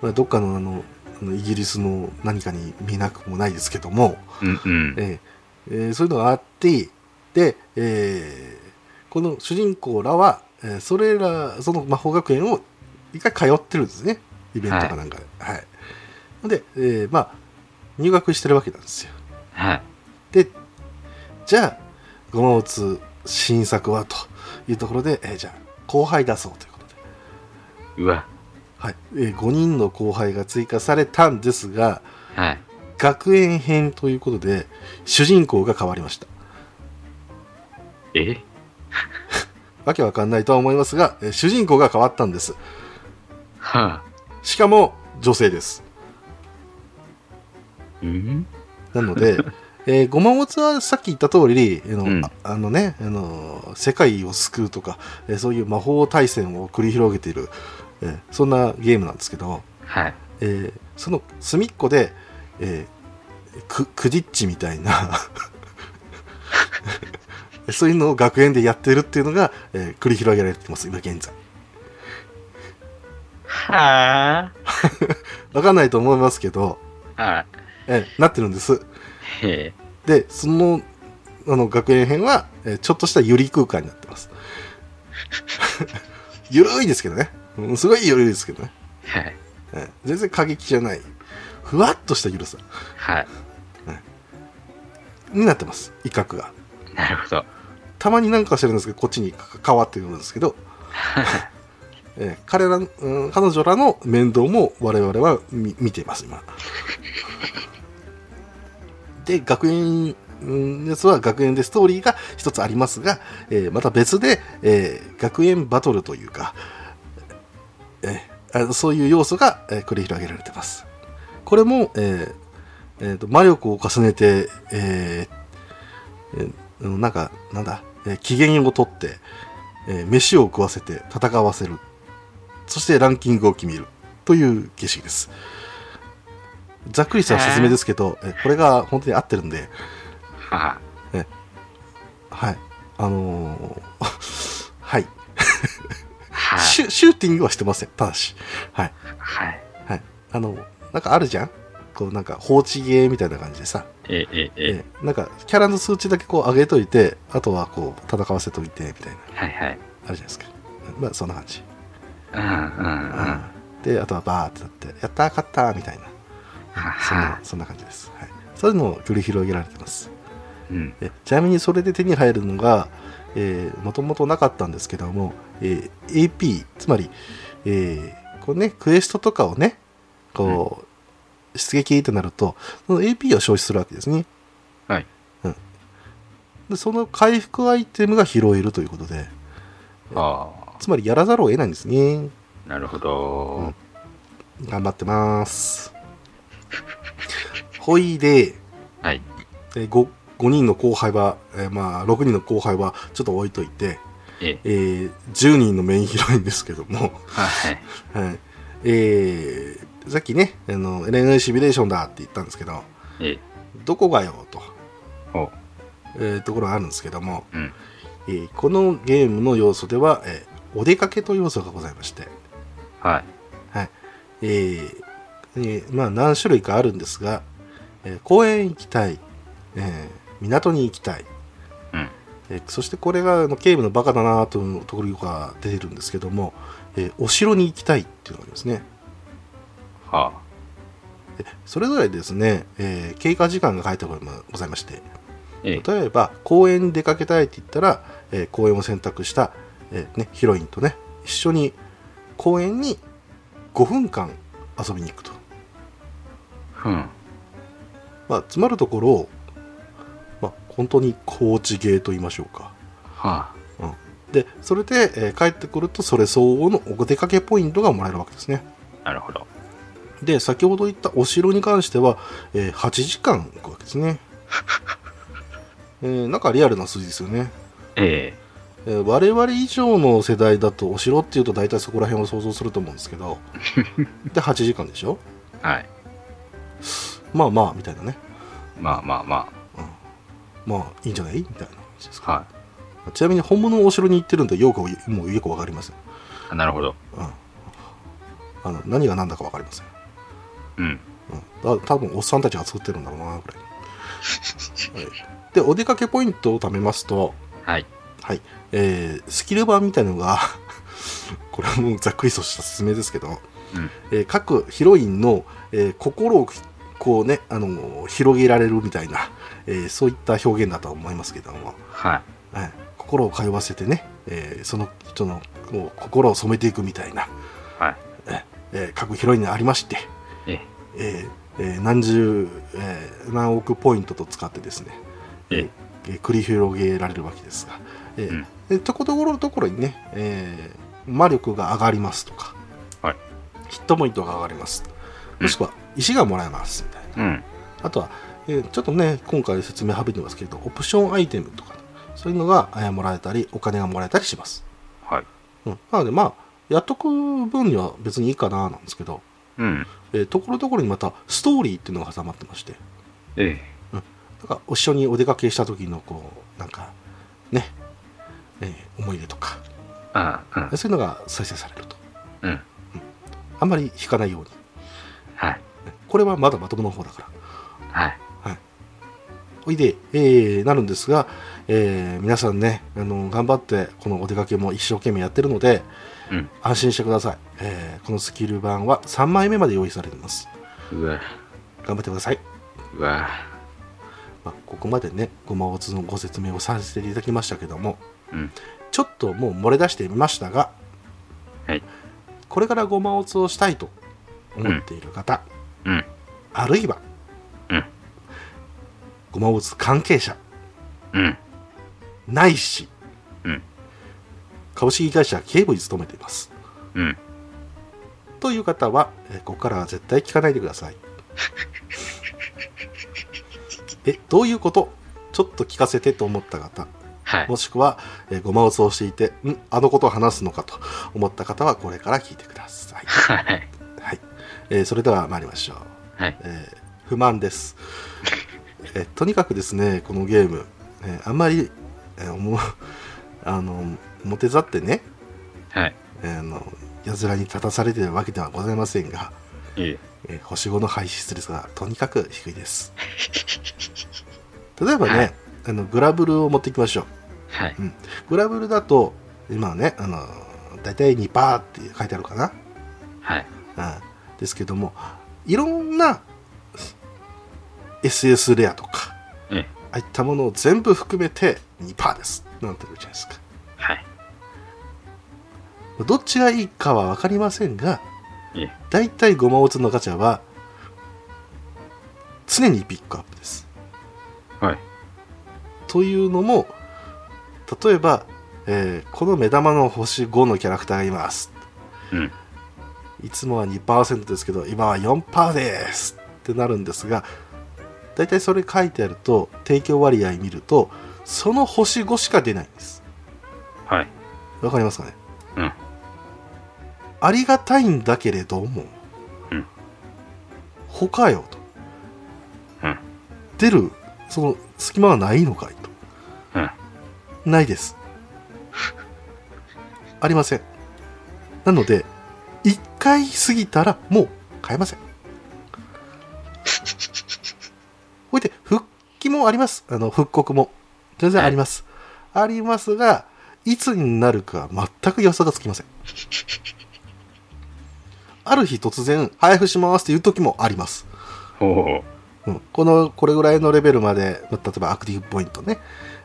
まあ、どっかのあのあのイギリスの何かに見なくもないですけども、うんうん。えええーそういうのがあってで、えーこの主人公らは、えーそれらその魔法学園を一回通ってるんですねイベントかなんかで、はいで、えーまあ入学してるわけなんですよはい。でじゃあゴマを打つ新作はというところで、えーじゃあ後輩出そうということで、うわ。はいえ5人の後輩が追加されたんですがはい。学園編ということで主人公が変わりましたえわけわかんないとは思いますが、えー主人公が変わったんですはあ。しかも女性ですうんなの で、えー、ゴマモツはさっき言った通り、あのうんああのね、あのー世界を救うとか、えーそういう魔法対戦を繰り広げている、えーそんなゲームなんですけど、はい。えーその隅っこで、えーククディッチみたいな そういうのを学園でやってるっていうのが、えー繰り広げられてます今現在はわかんないと思いますけど、あ。はえーなってるんですい。へでそのあの学園編は、えーちょっとしたゆり空間になってます ゆるいですけどね、うんすごいゆるいですけどね、え。はい。えー全然過激じゃないふわっとしたゆるさはい。になってます威嚇がなるほど。たまになんかしてるんですけどこっちにか変わってくるんですけど、えー彼ら、うん彼女らの面倒も我々は見見ています今で学園うんですは学園でストーリーが一つありますが、えーまた別で、えー学園バトルというか、えーあのそういう要素が、えー繰り広げられてますこれも、えーえーと魔力を重ねて、えーえーうんなんか、なんだ、えー機嫌を取って、えー飯を食わせて戦わせる。そしてランキングを決める。という形式です。ざっくりした説明ですけど、えーこれが本当に合ってるんで、はあ。はい。あのー はい、はシュ。シューティングはしてません。ただし。はい。あ。はい。はい。あの、なんかあるじゃんこうなんか放置ゲーみたいな感じでさ、ええええ。えーなんかキャラの数値だけこう上げといて、あとはこう戦わせといてみたいな、はいはい。あるじゃないですか。まあそんな感じ。うんうんうん。はであとはバーってなって「やったー勝った!」みたいなそんはな。そんな感じです、はい、そういうのを繰り広げられてますうん。えちなみにそれで手に入るのがもともとなかったんですけども、えー AP つまり、えーこうね、クエストとかをねこう、出撃となるとその AP を消費するわけですねはい、うん、でその回復アイテムが拾えるということであつまりやらざるを得ないんですねあ。なるほど。頑張ってます。 ほいで、はい。え 5, 5人の後輩は、えーまあ、6人の後輩はちょっと置いといて、ええ。えー10人のメインヒロインですけども、はい。はいえーさっきねあの LNA シミュレーションだって言ったんですけどええ。どこがよと、おえーところがあるんですけども、うん。えーこのゲームの要素では、えーお出かけという要素がございまして、はい。えーえーまあ何種類かあるんですが、えー公園行きたい、えー港に行きたい、うんえーそしてこれがあの警部のバカだなというところが出てるんですけども、えーお城に行きたいっていうのがありますねはそれぞれですね、えー経過時間が書いてあるものがございましてあ。ええ。例えば公園に出かけたいって言ったら、えー公園を選択した、えーね、ヒロインとね一緒に公園に5分間遊びに行くとうん。まあ、詰まるところ、まあ、本当に高知芸と言いましょうか。はで、それで、えー帰ってくると、それ相応のお出かけポイントがもらえるわけですね。あ。なるほど。で、先ほど言ったお城に関しては、えー8時間行くわけですね。えーなんかリアルな数字ですよね。ええ。えー我々以上の世代だと、お城っていうと大体そこら辺を想像すると思うんですけど、で、8時間でしょはい。まあまあ、みたいなね。まあまあままあ、いいんじゃないみたいな感じですか。あ。はちなみに本物のお城に行ってるんで、よく、もうよくわかりません。い。あなるほど。うんあの何が何だか分かりません、うん。うん、だ多分おっさんたちが作ってるんだろうなこれ、はいで、お出かけポイントを貯めますと、はい。えースキル版みたいなのが これはもうざっくりとした説明ですけど、うんえー各ヒロインの、えー心をこうね、あのー広げられるみたいな、えーそういった表現だとは思いますけども、はい。はい、心を通わせてね、えーその人のこう心を染めていくみたいな、はい。えー各ヒロインにありまして、えええーえー何十、えー何億ポイントと使ってですね、えええー繰り広げられるわけですが、えーうんでとこところどころにね、えー魔力が上がりますとか、はいヒットポイントが上がりますうんもしくは石がもらえますみたいな、うん。あとは、えーちょっとね今回説明省いてますけどオプションアイテムとか、そういうのが、えーもらえたりお金がもらえたりします、はい。うん、なのでまあやっとく分には別にいいかななんですけど、うん。えーところどころにまたストーリーっていうのが挟まってましてええ。なんか一緒にお出かけした時のこうなんかね、えー思い出とかああ、そういうのが再生されるとうん。うん。あんまり引かないようにはい。これはまだまともの方だからはい。おいで、えーなるんですが、えー皆さんねあの頑張ってこのお出かけも一生懸命やってるのでうん。安心してください、えーこのスキル版は3枚目まで用意されてますうわ、頑張ってください、うわ。まあ、ここまでねごまおつのご説明をさせていただきましたけどもうん。ちょっともう漏れ出してみましたが、はいこれからごまおつをしたいと思っている方、うん。あるいは、うんごまおつ関係者うん。ないし、うん株式会社警部に勤めていますうん。という方は、えーここからは絶対聞かないでくだ さいえどういうことちょっと聞かせてと思った方はい。もしくは、えーごまをそうしていて、んあのことを話すのかと思った方は、これから聞いてください。はい。はい。えーそれでは参りましょう。はい。えー不満です、えーとにかくですね、このゲーム、えーあんまり、えーもう あの、モテざってね、はい。えーあの、やつらに立たされているわけではございませんが、ええ。えー星5の排出率がとにかく低いです。例えばね、あのグラブルを持っていきましょう。はい。グラブルだと今はねあの大体2%って書いてあるかな、はい。うん、ですけどもいろんな SS レアとかええ。ああいったものを全部含めて2%ですなんて言うじゃないですかはい。どっちがいいかは分かりませんがええ。大体ゴマオツのガチャは常にピックアップですはい。というのも例えば、えーこの目玉の星5のキャラクターがいますうん。いつもは2%ですけど今は4%ですってなるんですがだいたいそれ書いてあると提供割合見るとその星5しか出ないんですはい。わかりますかねうん。ありがたいんだけれども、うん他よとうん。出るその隙間はないのかいとうん。ないですありませんなので1回過ぎたらもう買えませんほいで復帰もありますあの復刻も全然あります、ありますがいつになるかは全く予想がつきませんある日突然配布しますっていう時もありますほうん、このこれぐらいのレベルまでま例えばアクティブポイントね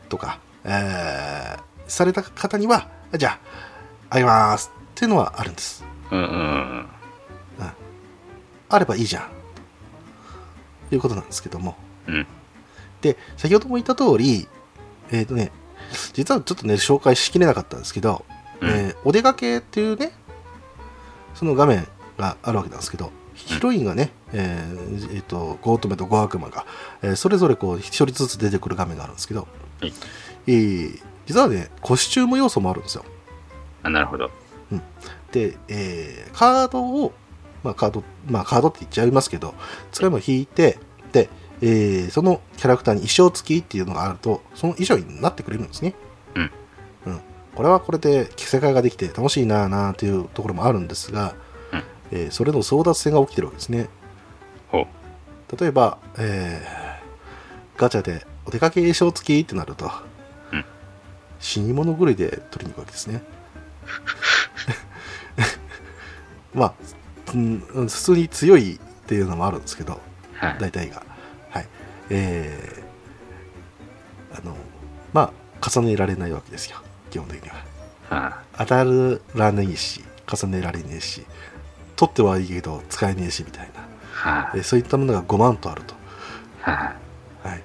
とか、えーされた方にはじゃああげますっていうのはあるんですう。うんうん。あればいいじゃんということなんですけどもうん。で先ほども言った通りえっ、とね実はちょっとね紹介しきれなかったんですけど、うんえーお出かけっていうねその画面があるわけなんですけどヒロインがね、えーえーとゴートメとゴ悪魔が、えーそれぞれこう一人ずつ出てくる画面があるんですけど、はいえー実はねコスチューム要素もあるんですよあ、なるほど。で、えーカードを、まあ、カード、まあ、カードって言っちゃいますけど、使いも引いて、で、えーそのキャラクターに衣装付きっていうのがあると、その衣装になってくれるんですね。うん。うん。これはこれで着せ替えができて楽しいなあなあというところもあるんですが、うんえーそれの争奪戦が起きてるわけですね。ほう。例えば、えーガチャで、お出かけ賞付きってなると、うん死に物狂いで取りに行くわけですね まあ、うん、普通に強いっていうのもあるんですけどはい。大体がはいえー、あのまあ重ねられないわけですよ基本的にはは当たらねえし重ねられねえし取ってはいいけど使えねえしみたいなあ、はえーそういったものが5万とあるとあ、はあ。はい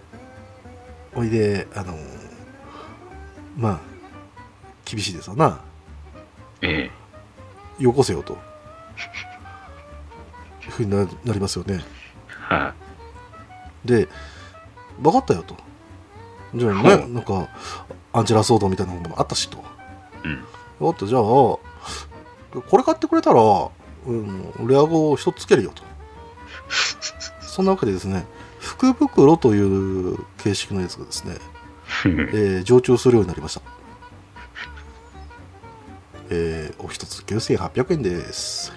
おいであのーまあ厳しいですわなえよこせ よというふうにななりますよねえ、はで分かったよとじゃあはねいなんかアンジェラ騒動みたいなものもあったしとあ。うん。 分かったじゃあこれ買ってくれたら、うん、レア語を一つつけるよ とそんなわけでですね福袋という形式のやつがですね、えー常駐するようになりましたえーお一つ9800円です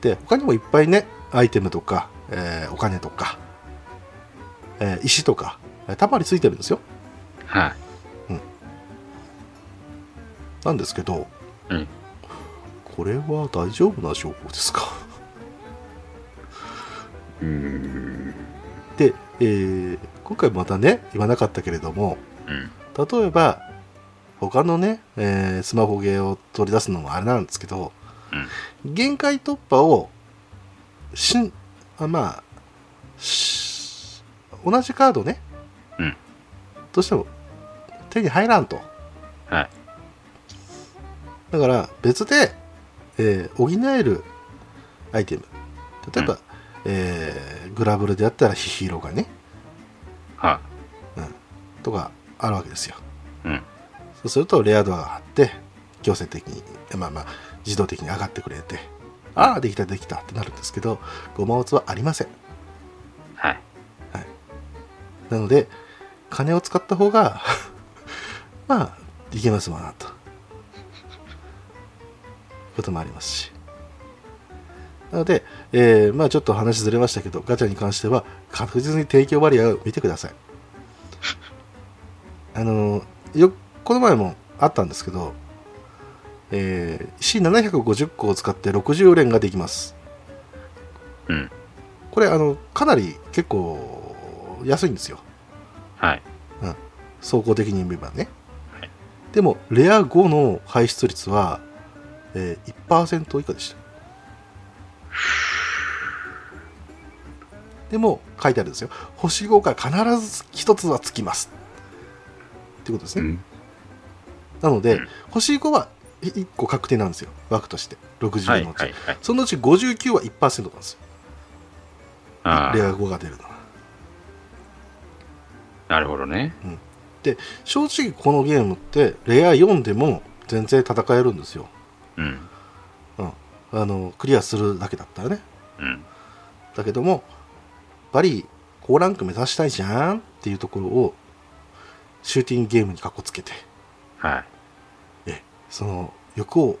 で他にもいっぱいねアイテムとか、えーお金とか、えー石とかえーたまについてるんですよはなんですけど、うんこれは大丈夫な証拠ですかあ。うーん。で、えー今回またね言わなかったけれどもうん。例えば他のね、えースマホゲーを取り出すのもあれなんですけど、限界突破をしんあまあし同じカードね、うんどうしても手に入らんとはい。だから別で、えー補えるアイテム例えば、うえーグラブルであったらヒヒロがねはとかあるわけですよあ。うん。そうするとレア度があって強制的にまあまあ自動的に上がってくれてああできたできたってなるんですけどゴマオツはありませんはい。なので金を使った方が まあいけますわなとこともありますしなので、えーまあちょっと話ずれましたけどガチャに関しては確実に提供割合を見てくださいあのよこの前もあったんですけど、えー、C750 個を使って60連ができますうん。これあのかなり結構安いんですよはい。総合的に見ればね、はいでもレア5の排出率は、えー、1%以下でしたでも書いてあるんですよ星5が必ず一つはつきますっていうことですうね、ん。なので、うん星5は1個確定なんですよ枠としては60い。のうち、はい。はい。そのうち59は1%なんですよあレア5が出るのはあ。なるほどね。正直このゲームってレア4でも全然戦えるんですようん。あのクリアするだけだったらねうん。だけどもやっぱり高ランク目指したいじゃんっていうところをシューティングゲームにかこつけてはい。その欲を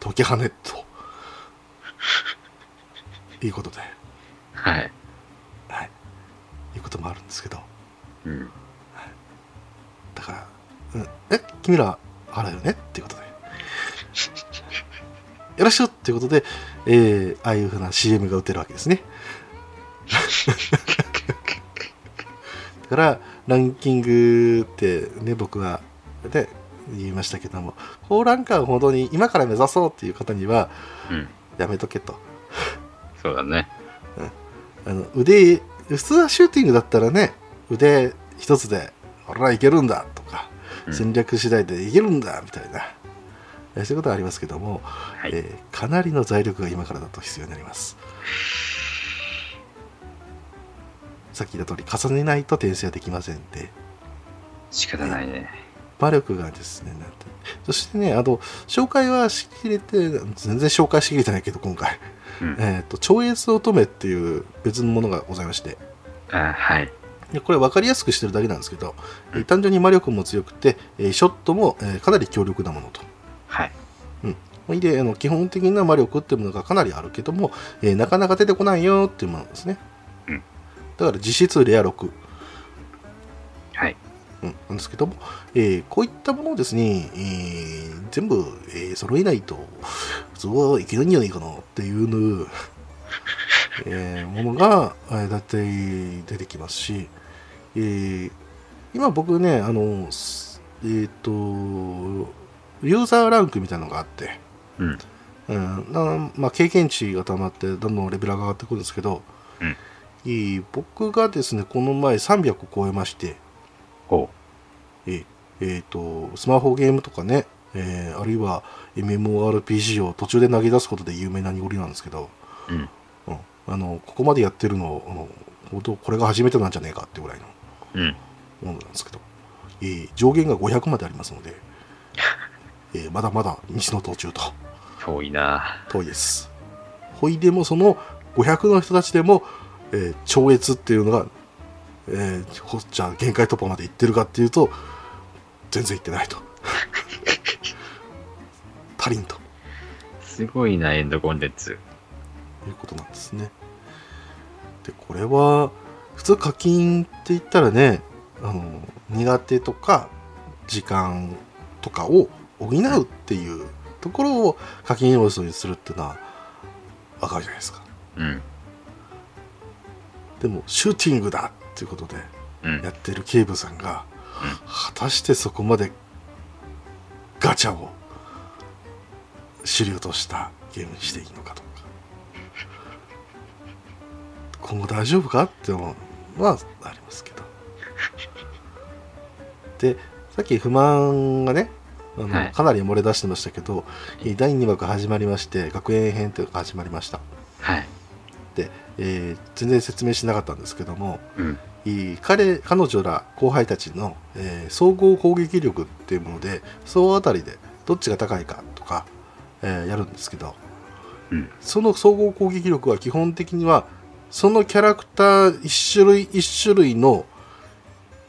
解き放ねということではい。はいいうこともあるんですけどうん。だから、うん、え君ら払うよねっていうことでよろしくっていうことで、えーああいうふうな CM が打てるわけですねだからランキングってね僕はで言いましたけども高ランカーほどに今から目指そうっていう方にはうん。やめとけとそうだね。あの腕普通はシューティングだったらね腕一つで俺はいけるんだとかうん戦略次第でいけるんだみたいな、えそういうことはありますけども、はい。えーかなりの財力が今からだと必要になりますさっき言った通り重ねないと転生はできませんで仕方ないね。魔力がですねなんてそしてねあと紹介はしきれて全然紹介しきれてないけど今回、うん。えー、と超越乙女っていう別のものがございましてあはい。でこれ分かりやすくしてるだけなんですけど、えー単純に魔力も強くて、えーショットも、えーかなり強力なものとはい。うんほいであの基本的な魔力っていうものがかなりあるけども、えーなかなか出てこないよっていうものですね、うんだから実質レア6、はい。うん、なんですけども、えーこういったものをですね、えー全部、えー揃えないと普通はいけないんじゃないかなっていう の、えーものがえー大体出てきますし、えー今僕ねあのすえっ、とユーザーランクみたいなのがあって、うん。うんなまあ、経験値がたまってどんどんレベルが上がってくるんですけど、うんえー僕がですねこの前300超えまして、ほえーえーとスマホゲームとかね、えーあるいは MMORPG を途中で投げ出すことで有名なニゴリなんですけど、う。うん。うん、あのここまでやってるのあの本当これが初めてなんじゃねえかってぐらいのうん。ものなんですけど、えー上限が500までありますので、えーまだまだ西の途中と。遠いな遠いです。ほいでもその500の人たちでも、えー超越っていうのが、えーほじゃあ限界突破まで行ってるかっていうと全然行ってないと 足りんとすごいな、エンドコンテンツ。いうことなんですね。でこれは普通課金って言ったらねあの苦手とか時間とかを補うっていうところを課金要素にするっていうのはわかるじゃないですか。うん。でもシューティングだっていうことでうんや。ってる警部さんがう果たしてそこまでガチャを主流としたゲームにしていいのかとか今後大丈夫かって思うのはありますけどでさっき不満がねあのはいかなり漏れ出してましたけど、第2幕始まりまして学園編というのが始まりましたはい。で、えー全然説明しなかったんですけども、うん。いい彼彼女ら後輩たちの、えー総合攻撃力っていうもので総当たりでどっちが高いかとか、えーやるんですけどうん。その総合攻撃力は基本的にはそのキャラクター一種類一種類の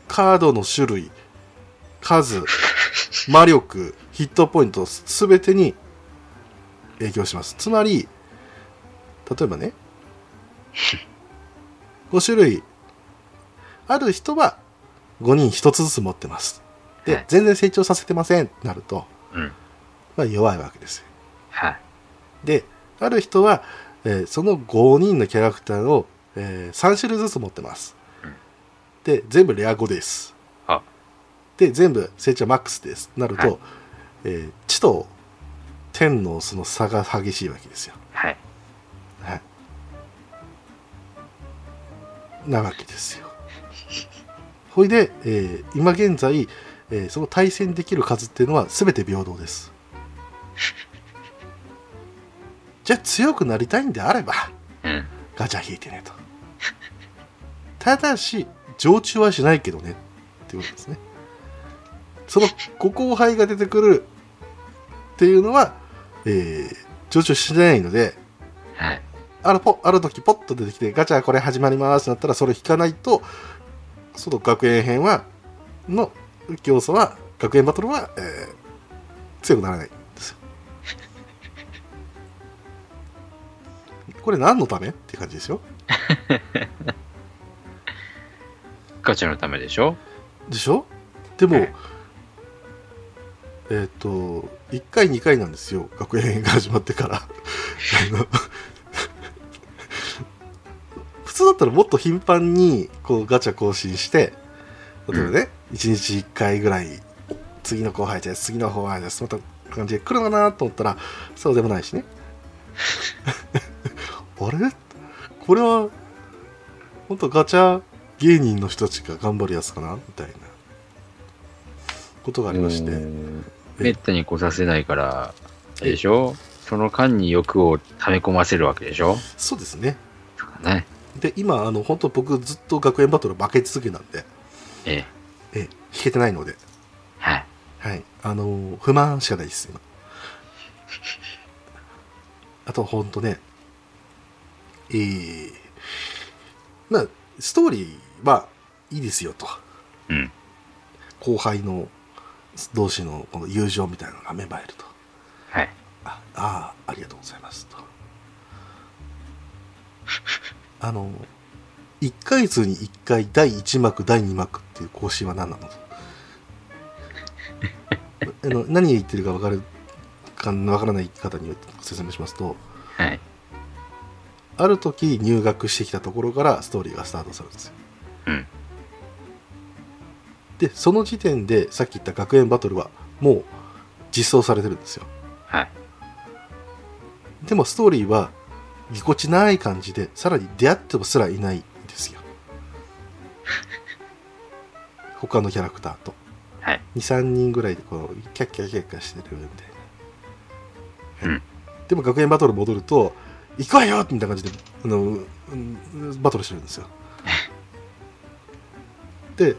カードの種類 数魔力ヒットポイント全てに影響しますつまり例えば ね5種類ある人は5人1つずつ持ってますで、はい全然成長させてませんってなると、うん。まあ、弱いわけですよはい。である人は、えーその5人のキャラクターを、え3種類ずつ持ってます、うんで全部レア5ですあで全部成長マックスですとなると、はいえー地と天のその差が激しいわけですよはい。はいなわけですよほいで、えー今現在、えーその対戦できる数っていうのは全て平等ですじゃあ強くなりたいんであればうん。ガチャ引いてねとただし常駐はしないけどねっていうことですねそのご後輩が出てくるっていうのは、えー常駐しないのではい。あるポある時ポッと出てきてガチャこれ始まりますってなったらそれ引かないとその学園編はの競争は学園バトルは、えー強くならないんですよ。これ何のためって感じですよ。ガチャのためでしょでしょでも、はいえっ、と1回2回なんですよ学園編が始まってからあの普通だったらもっと頻繁にこうガチャ更新して例えばね、1日1回ぐらい次の後輩です次の後輩ですまた感じで来るのかなと思ったらそうでもないしねあれこれは本当ガチャ芸人の人たちが頑張るやつかなみたいなことがありまして、うんめったに来させないから、あれでしょその間に欲を溜め込ませるわけでしょそうですねとかね。で今あの本当僕ずっと学園バトル負け続けなんでええ。え引けてないのではい。はいあのー不満しかないです今あと本当ねえー、まあストーリーはいいですよとうん。後輩の同士のこの友情みたいなのが芽生えるとはい。あああありがとうございますと あの1ヶ月に1回第1幕第2幕っていう更新は何なのとあの何を言ってるか分かるか分からない方に説明しますとはい。ある時入学してきたところからストーリーがスタートするんですようん。でその時点でさっき言った学園バトルはもう実装されてるんですよはい。でもストーリーはぎこちない感じでさらに出会ってもすらいないんですよ他のキャラクターとはい。 23人ぐらいでこうキャッキャキャッキャしてるみたいな、うんでも学園バトル戻ると「行くわよ!」みたいな感じであの、うんバトルしてるん ですよで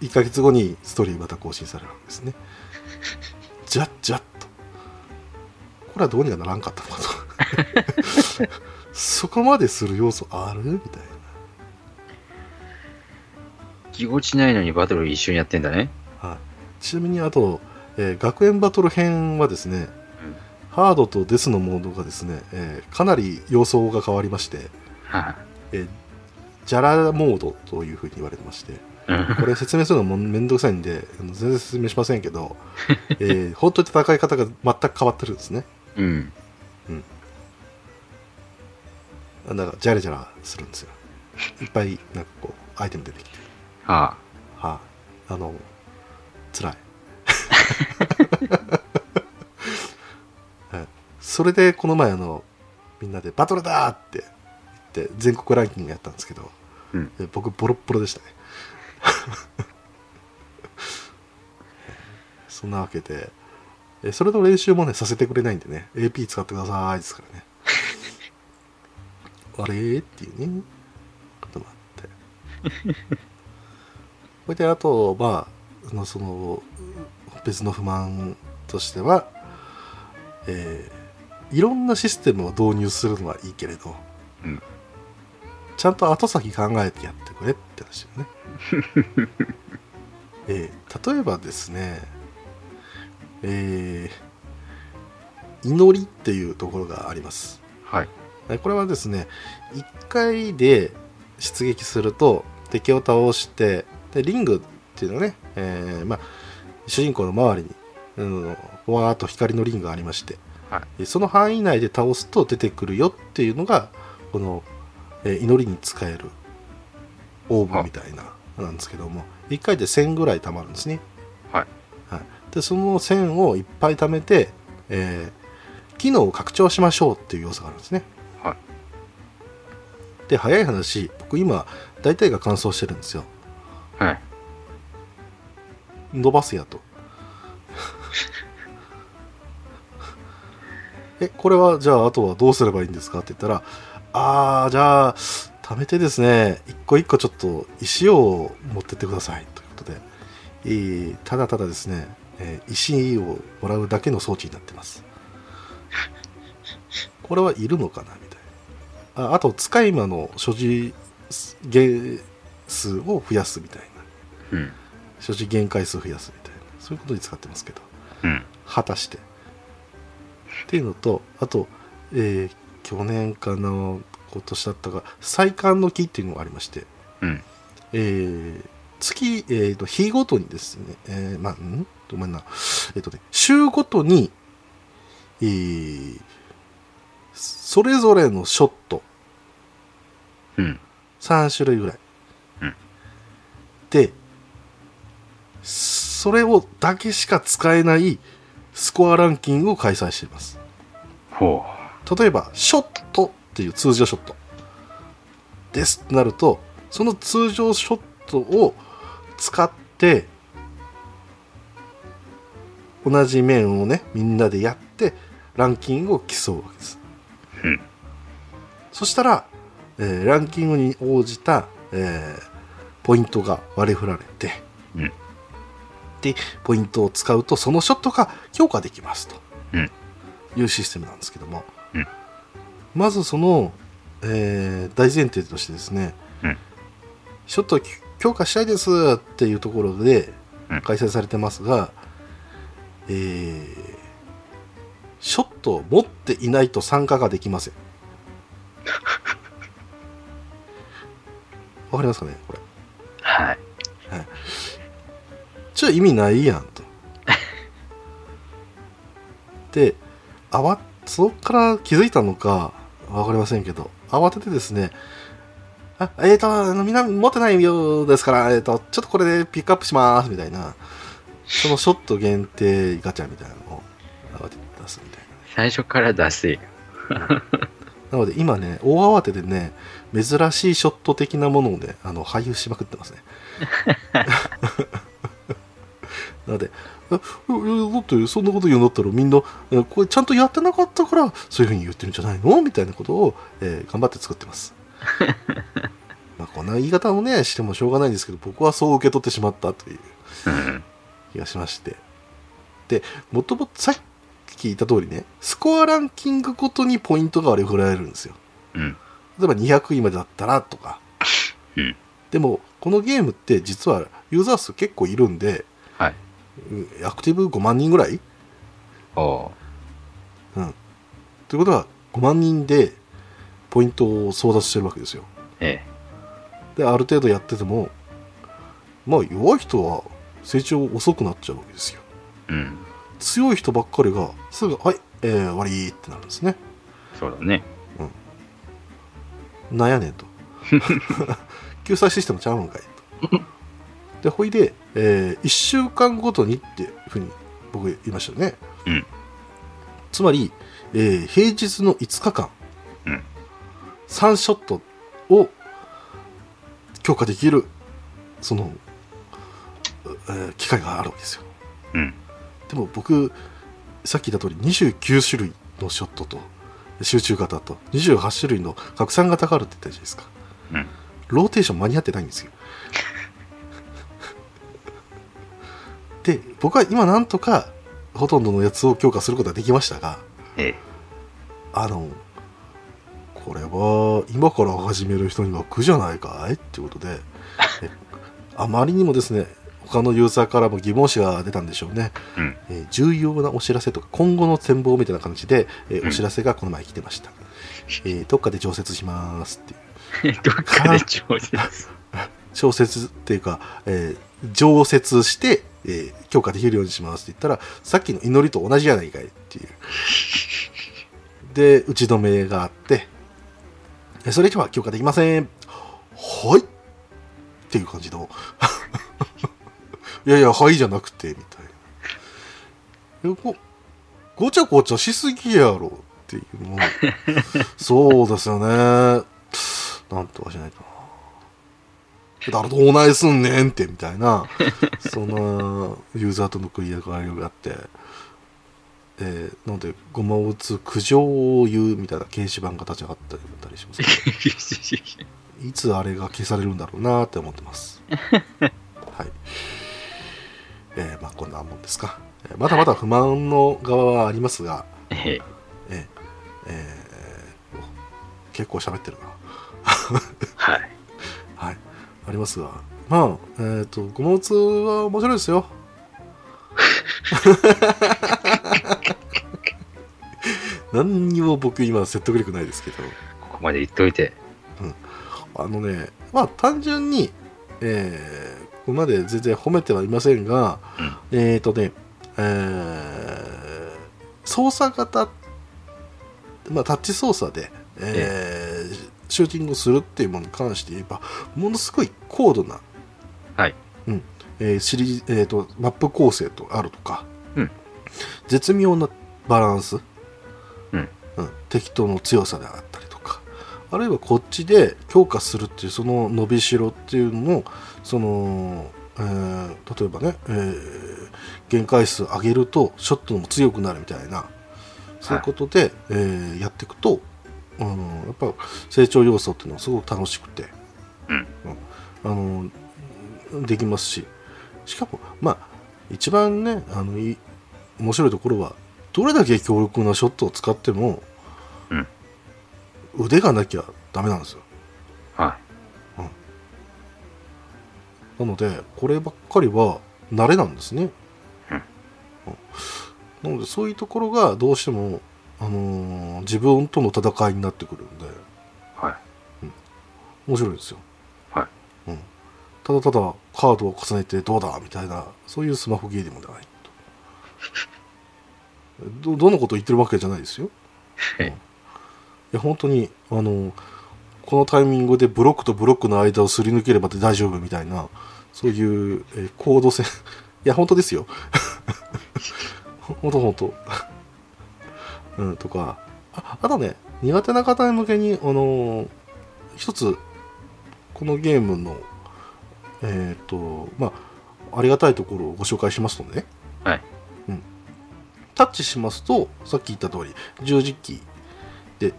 1ヶ月後にストーリーまた更新されるわけですねじゃっじゃっとこれはどうにかならんかったのかと そこまでする要素あるみたいなぎこちないのにバトル一緒にやってんだね。ちなみにあと、えー学園バトル編はですね、うんハードとデスのモードがですね、えーかなり様相が変わりまして、はえージャラモードというふうに言われてましてい。うん。これ説明するのもめんどくさいんで あの全然説明しませんけど、えー 本当に戦い方が全く変わってるんですねうん。なんかジャラジャラするんですよいっぱいなんかこうアイテム出てきてははい、あの辛いはいそれでこの前あのみんなで「バトルだ!」って言って全国ランキングやったんですけど、うんえ僕ボロッボロでしたね そんなわけでえそれの練習もねさせてくれないんでね AP 使ってくださいですからね あれーっていうねこともあってそれであとまああのその別の不満としては、えーいろんなシステムを導入するのはいいけれど、うんちゃんと後先考えてやってくれって話よ ね、えー例えばですねえー祈りっていうところがありますい。はい。はいこれはですね1回で出撃すると敵を倒してでリングっていうのはね、えーまあ、主人公の周りに、うん、わーっと光のリングがありまして、はでその範囲内で倒すと出てくるよっていうのがこの、えー祈りに使えるオーブンみたいななんですけども1回で1000ぐらい貯まるんですね。はいはい、でその1000をいっぱい貯めて、えー機能を拡張しましょうっていう要素があるんですね。はいで早い話僕今大体が乾燥してるんですよはい。伸ばすやと えこれはじゃああとはどうすればいいんですかって言ったらあーじゃあ貯めてですね一個一個ちょっと石を持ってってくださいということで、えーただただですね、えー石をもらうだけの装置になってますこれはいるのかなみたいなああと使い魔の所持ゲ数を増やすみたいなうん。所持限界数を増やすみたいなそういうことに使ってますけどうん。果たしてっていうのとあと、えー去年かな今年だったか再刊の木っていうのがありまして、うん。えー月、えー、と日ごとにですね、えーまあんごめんなえっ、とね週ごとに、えーそれぞれのショットうん。 3種類ぐらい、うんでそれをだけしか使えないスコアランキングを開催していますほ例えばショットっていう通常ショットですとなるとその通常ショットを使って同じ面をねみんなでやってランキングを競うわけですう。うん。そしたら、えーランキングに応じた、えーポイントが割り振られて、うんでポイントを使うとそのショットが強化できますとうんいうシステムなんですけども、うんまずその、えー大前提としてですね、うんショットを強化したいですっていうところでうん開催されてますが、えーショットを持っていないと参加ができ ません。わかりますかねこれ。はい。じゃあ意味ないやんと。で、あわ、そっから気づいたのか、わかりませんけど、慌ててですね、あ、えーと、あの、みんな持ってないようですから、えーと、ちょっとこれでピックアップします、みたいな、そのショット限定ガチャみたいなのを慌てて出すみたいな。最初から出せ。なので今ね、大慌てでね、珍しいショット的なものをね、あの、配布しまくってますね。なので、えいやいやだってそんなこと言うんだったらみんな、えこれちゃんとやってなかったから、そういうふうに言ってるんじゃないのみたいなことを、えー頑張って作ってます。まあこんな言い方をね、してもしょうがないんですけど、僕はそう受け取ってしまったといううん。気がしまして。で、もともとさっき言った通りね、スコアランキングごとにポイントが割り振られるんですよ。うん。例えば200位までだったらとか、うんでもこのゲームって実はユーザー数結構いるんではい。うんアクティブ5万人ぐらいおうということは5万人でポイントを争奪してるわけですよえである程度やっててもまあ弱い人は成長遅くなっちゃうわけですよえ。うん。強い人ばっかりがすぐ「はい、えー終わり」ってなるんですねそうだね。なんやねんと 救済システムちゃうんかいとでほいで、え1週間ごとにっていうふうに僕言いましたよね、うんつまり、えー平日の5日間、うん3ショットを強化できるその、えー機会があるわけですようん。でも僕さっき言った通り29種類のショットと集中型と28種類の拡散型があるって言ったじゃないですかうん。ローテーション間に合ってないんですよで僕は今なんとかほとんどのやつを強化することができましたがええ。あのこれは今から始める人には苦じゃないかいっていうことでえあまりにもですね他のユーザーからも疑問視が出たんでしょうねうん。えー重要なお知らせとか今後の展望みたいな感じで、えーうんお知らせがこの前来てました、えーどっかで調節しますっていうどっかで調節。調節っていうか、えー常設して、えー強化できるようにしますって言ったらさっきの祈りと同じじゃないかいっていうで打ち止めがあってえそれ以上は強化できませんはいっていう感じの いやいやはいじゃなくてみたいなえごごちゃごちゃしすぎやろっていうのそうですよねなんとかしないとな誰と同いすんねんってみたいなそんなユーザーとの食い上がりがあって、えーなのでごまを打つ苦情を言うみたいな掲示板が立ち上がったりたりしますけどいつあれが消されるんだろうなって思ってますはいえーまあこんなもんですか、えーまだまだ不満の側はありますが、ええ。えーえーお結構喋ってるなはい。はい、ありますが、まあ、えっ、と、ゴマウツは面白いですよ。何にも僕今説得力ないですけど、ここまで言っといて。あのね、まあ単純に、えーここまで全然褒めてはいませんが、えっ、とね、えー操作型、まあタッチ操作で、えーシューティングをするっていうものに関して言えば、ものすごい高度な、はいうんえーシリーズえーとマップ構成とあるとか、うん絶妙なバランス、うんうん適当の強さであったりとか、あるいはこっちで強化するっていうその伸びしろっていうのをその、えー例えばね、えー限界数上げるとショットも強くなるみたいなそういうことで、えーやっていくと、あのやっぱ成長要素っていうのはすごく楽しくて、うんうんあのできますししかもまあ一番ねあのい面白いところはどれだけ強力なショットを使っても、うん腕がなきゃダメなんですよはなのでこればっかりは慣れなんですね、うんうんなのでそういうところがどうしても、あのー自分との戦いになってくるんでは面白いんですよ、はうん、ただただカードを重ねてどうだみたいなそういうスマホゲーでもないとどどのことを言ってるわけじゃないですよい。いや本当にあのこのタイミングでブロックとブロックの間をすり抜ければ大丈夫みたいなそういう、えー高度戦 いや本当ですよ 本当本当 うんとかああとね苦手な方向けにあのー一つこのゲームのえっ、とまあありがたいところをご紹介しますとねはい。タッチしますとさっき言った通り十字キーで、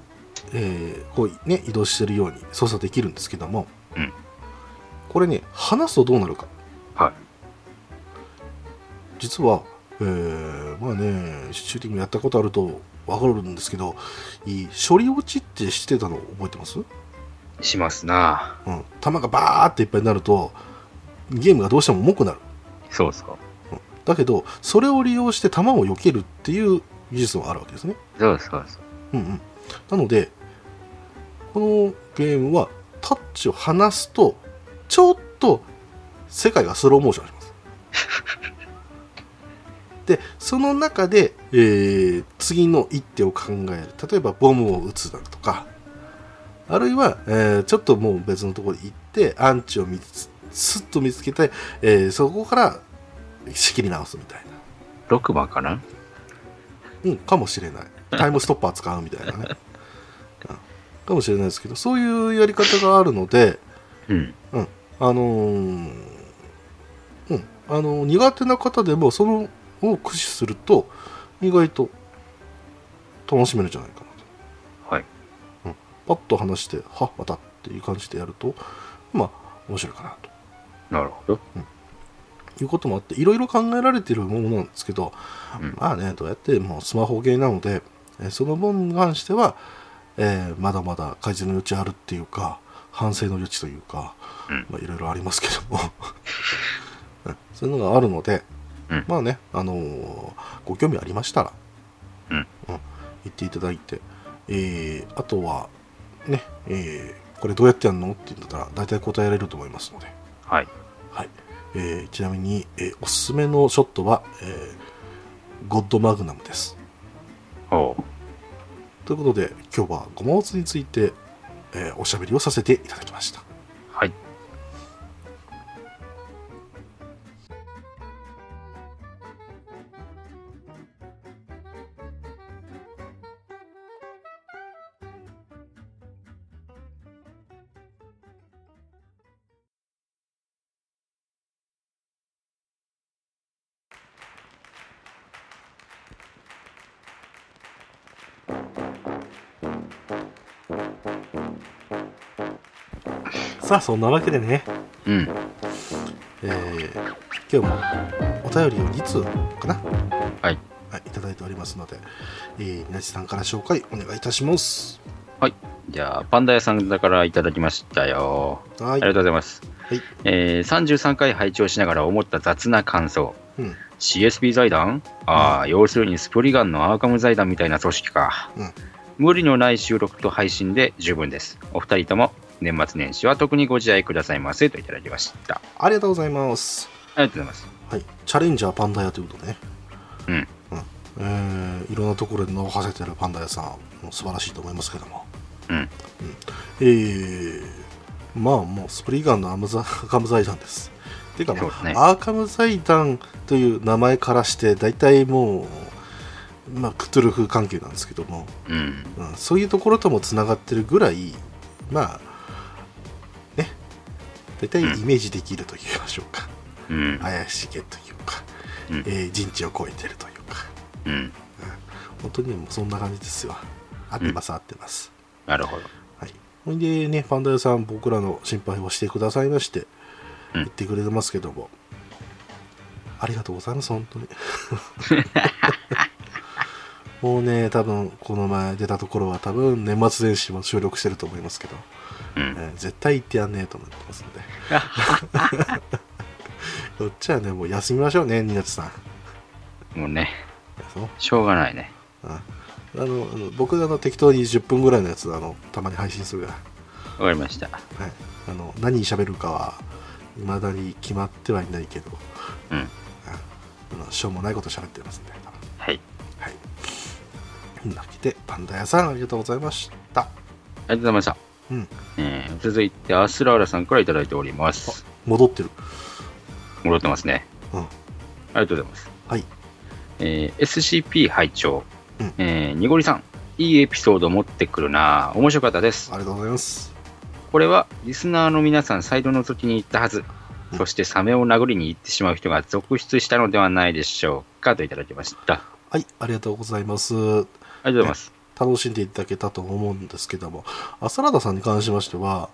えーこうね移動してるように操作できるんですけども、うんこれね離すとどうなるかはい。実は、えーまあねシューティングやったことあると分かるんですけどいい処理落ちってしてたの覚えてます、うん、しますな弾がバーっていっぱいになるとゲームがどうしても重くなるそうそだけどそれを利用して弾を避けるっていう技術もあるわけですねう。そうそうそう。うんうん、なのでこのゲームはタッチを離すとちょっと世界がスローモーションしますでその中で、えー次の一手を考える例えばボムを撃つだとかあるいは、えーちょっともう別のところに行ってアンチを見つすっと見つけて、えーそこから仕切り直すみたいな6番かなうん、かもしれないタイムストッパー使うみたいなね、うんかもしれないですけどそういうやり方があるのでうん。あのーうんあのー苦手な方でもそのを駆使すると意外と楽しめるんじゃないかなとはい。パッと話してはまたっていう感じでやるとまあ面白いかなとなるほど。いうこともあっていろいろ考えられてるものなんですけど、うんまあねどうやってもうスマホゲーなのでえーその分に関しては、えーまだまだ改善の余地あるっていうか反省の余地というか、うんまあ、いろいろありますけども うんそういうのがあるので、うんまあね、あのーご興味ありましたら、うん言っていただいて、えーあとはね、えーこれどうやってやるのって言ったら大体答えられると思いますので。はい。はいえーちなみに、えーおすすめのショットは、えーゴッドマグナムです。おう。ということで今日はゴマオツについて、えーおしゃべりをさせていただきました。はい。さあそんなわけでね、うん。えー今日もお便りを2通かな、はい。はい、いただいておりますので、えー、皆地さんから紹介お願いいたします。じゃあ、パンダ屋さんだからいただきましたよ。はあい。りがとうございます。はいえー33回拝聴しながら思った雑な感想。うん CSB 財団ああ、要するにスプリガンのアーカム財団みたいな組織か。うん無理のない収録と配信で十分です。お二人とも年末年始は特にご自愛くださいませといただきました。ありがとうございます。ありがとうございます。はい、チャレンジャーパンダ屋ということでね、うんうんえーいろんなところで名を馳せてるパンダ屋さんも素晴らしいと思いますけども、うん。えーまあもうスプリガンのアムザアーカム財団ですていうか、そうまであすねアーカム財団という名前からして大体もう、まあ、クトゥルフ関係なんですけども、うん。うん、そういうところともつながってるぐらいまあね大体イメージできると言いましょうか、うん。怪しげというか、うんえー人知を超えてるというかうん。本当にもうそんな感じですよ合ってます、合ってますなるほど。はいほいでねパンダ屋さん僕らの心配をしてくださいましてうん言ってくれてますけども、ありがとうございます本 当にもうね多分この前出たところは多分年末年始も収録してると思いますけど、うん。えー絶対行ってやんねえと思ってますので こっちはねもう休みましょうねニナチさんもうね、やつをしょうがないね。ああのあの僕があの適当に10分ぐらいのやつあのたまに配信するからわかりました。はい、あの何喋るかは未だに決まってはいないけど、うん。あのしょうもないこと喋ってますんで、多分はい。はい。こんなわけで、パンダ屋さんありがとうございました。ありがとうございました。うん、えー続いて、アスラーラさんからいただいております。戻ってる。戻ってますね。うん、ありがとうございます。はい。えー SCP 拝聴、うんえー、にごりさん、いいエピソード持ってくるな面白かったですあ。りがとうございます。これは、リスナーの皆さん、サイドの時に言ったはずう。んそして、サメを殴りに行ってしまう人が続出したのではないでしょうかといただきました。はい、ありがとうございます。ありがとうございます。楽しんでいただけたと思うんですけども、アサラダさんに関しましては、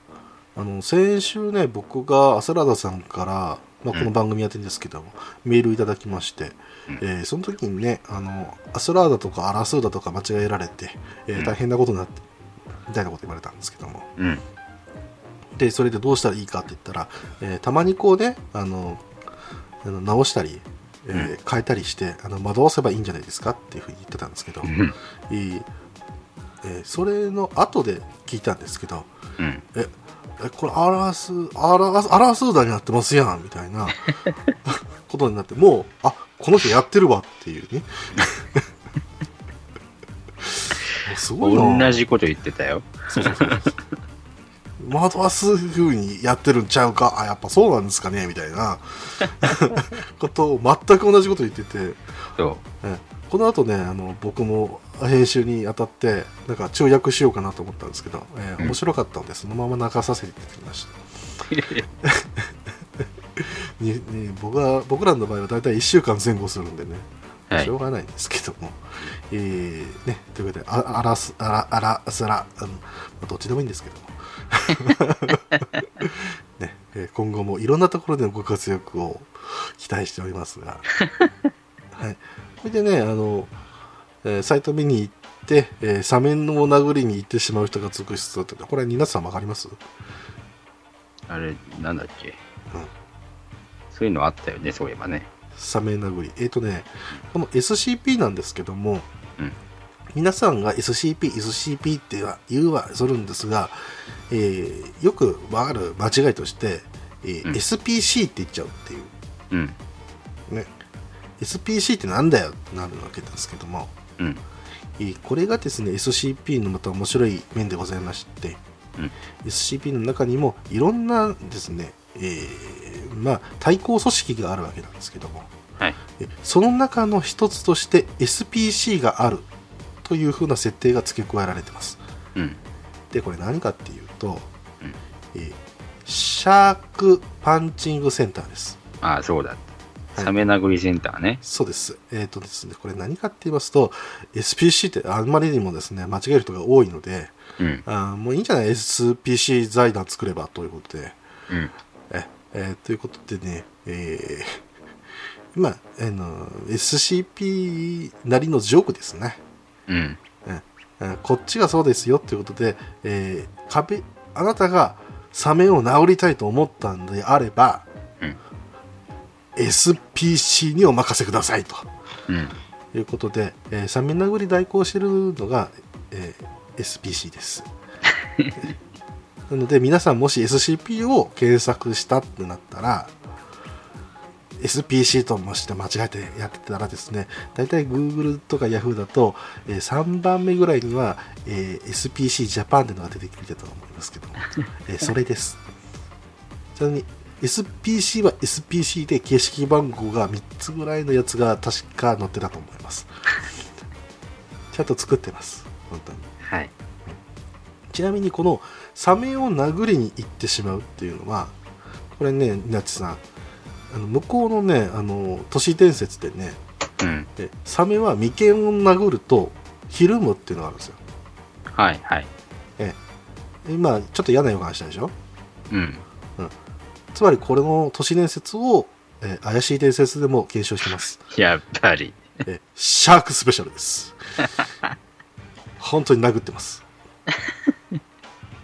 あの先週ね、僕がアサラダさんから、まあ、この番組やってるんですけども、メールいただきまして、うんえーその時にね、あのアスラーダとかアラスーダとか間違えられて、えーうん大変なことになって、みたいなこと言われたんですけども、うん。でそれでどうしたらいいかって言ったら、えーたまにこうねあのあの直したり、えー変えたりしてあの惑わせばいいんじゃないですかっていうふうに言ってたんですけど、うん。えーえーそれの後で聞いたんですけどうん。ええこれアラスアラスアラスーダになってますやんみたい なことになってもうあこの人やってるわっていう ねもうすごいな同じこと言ってたよ。そうそうそうそう。窓はすぐにやってるんちゃうかあやっぱそうなんですかねみたい なことを全く同じこと言っててそえこの後ねあの僕も編集にあたってなんか注訳しようかなと思ったんですけど、えーうん面白かったのでそのまま流させていただきました にに僕は僕らの場合は大体1週間前後するんでねう。はいしょ。うがないんですけども、えーね、ということで、ああらす、あら、あら、すら、あのまあどっちでもいいんですけども、 ねえー今後もいろんなところでのご活躍を期待しております が、はい、これでね、あの、えーサイト見に行って、えー、サメを殴りに行ってしまう人が続出だって、これ、皆さんわかりますあれ、なんだっけ。そういうのあったよね、そういえばね。サメ殴り。えっ、とね、この SCP なんですけども、うん皆さんが SCP、SCP っては言うはするんですが、えーよくわかる間違いとして、えーうん SPC って言っちゃうっていう。うん。ね、SPC ってなんだよってなるわけなんですけども、うん。えーこれがですね SCP のまた面白い面でございまして、うん SCP の中にもいろんなですね、えーまあ、対抗組織があるわけなんですけども、はい。えその中の一つとして SPC があるというふうな設定が付け加えられてますうん。でこれ何かっていうと、うんえーシャークパンチングセンターですああ、そうだ。はいサメ殴りセンターね。そうですえっ、とですねこれ何かって言いますと SPC ってあんまりにもですね間違える人が多いのでうん。あーもういいんじゃない SPC 財団作ればということでうん。え、えーということでね、えー、今、あの、SCP なりのジョークですね。うん。うんこっちがそうですよということで、えー壁あなたがサメを治りたいと思ったんであれば、うん SPC にお任せくださいとうん。いうことで、えーサメ殴り代行してるのが、えー SPC です。なので皆さんもし SCP を検索したってなったら SPC ともして間違えてやってたらですね大体 Google とか Yahoo だと、えー3番目ぐらいには、えー SPC ジャパンってのが出てきてたと思いますけども、えーそれですちなみに SPC は SPC で形式番号が3つぐらいのやつが確か載ってたと思いますちゃんと作ってます本当にはい。ちなみにこのサメを殴りに行ってしまうっていうのはこれねなちさんあの向こうのねあの都市伝説でねうん。えサメは眉間を殴るとひるむっていうのがあるんですよはい。はい。今ちょっと嫌な予感したでしょうん。つまりこれの都市伝説を、え怪しい伝説でも検証してますやっぱり。えーシャークスペシャルです本当に殴ってます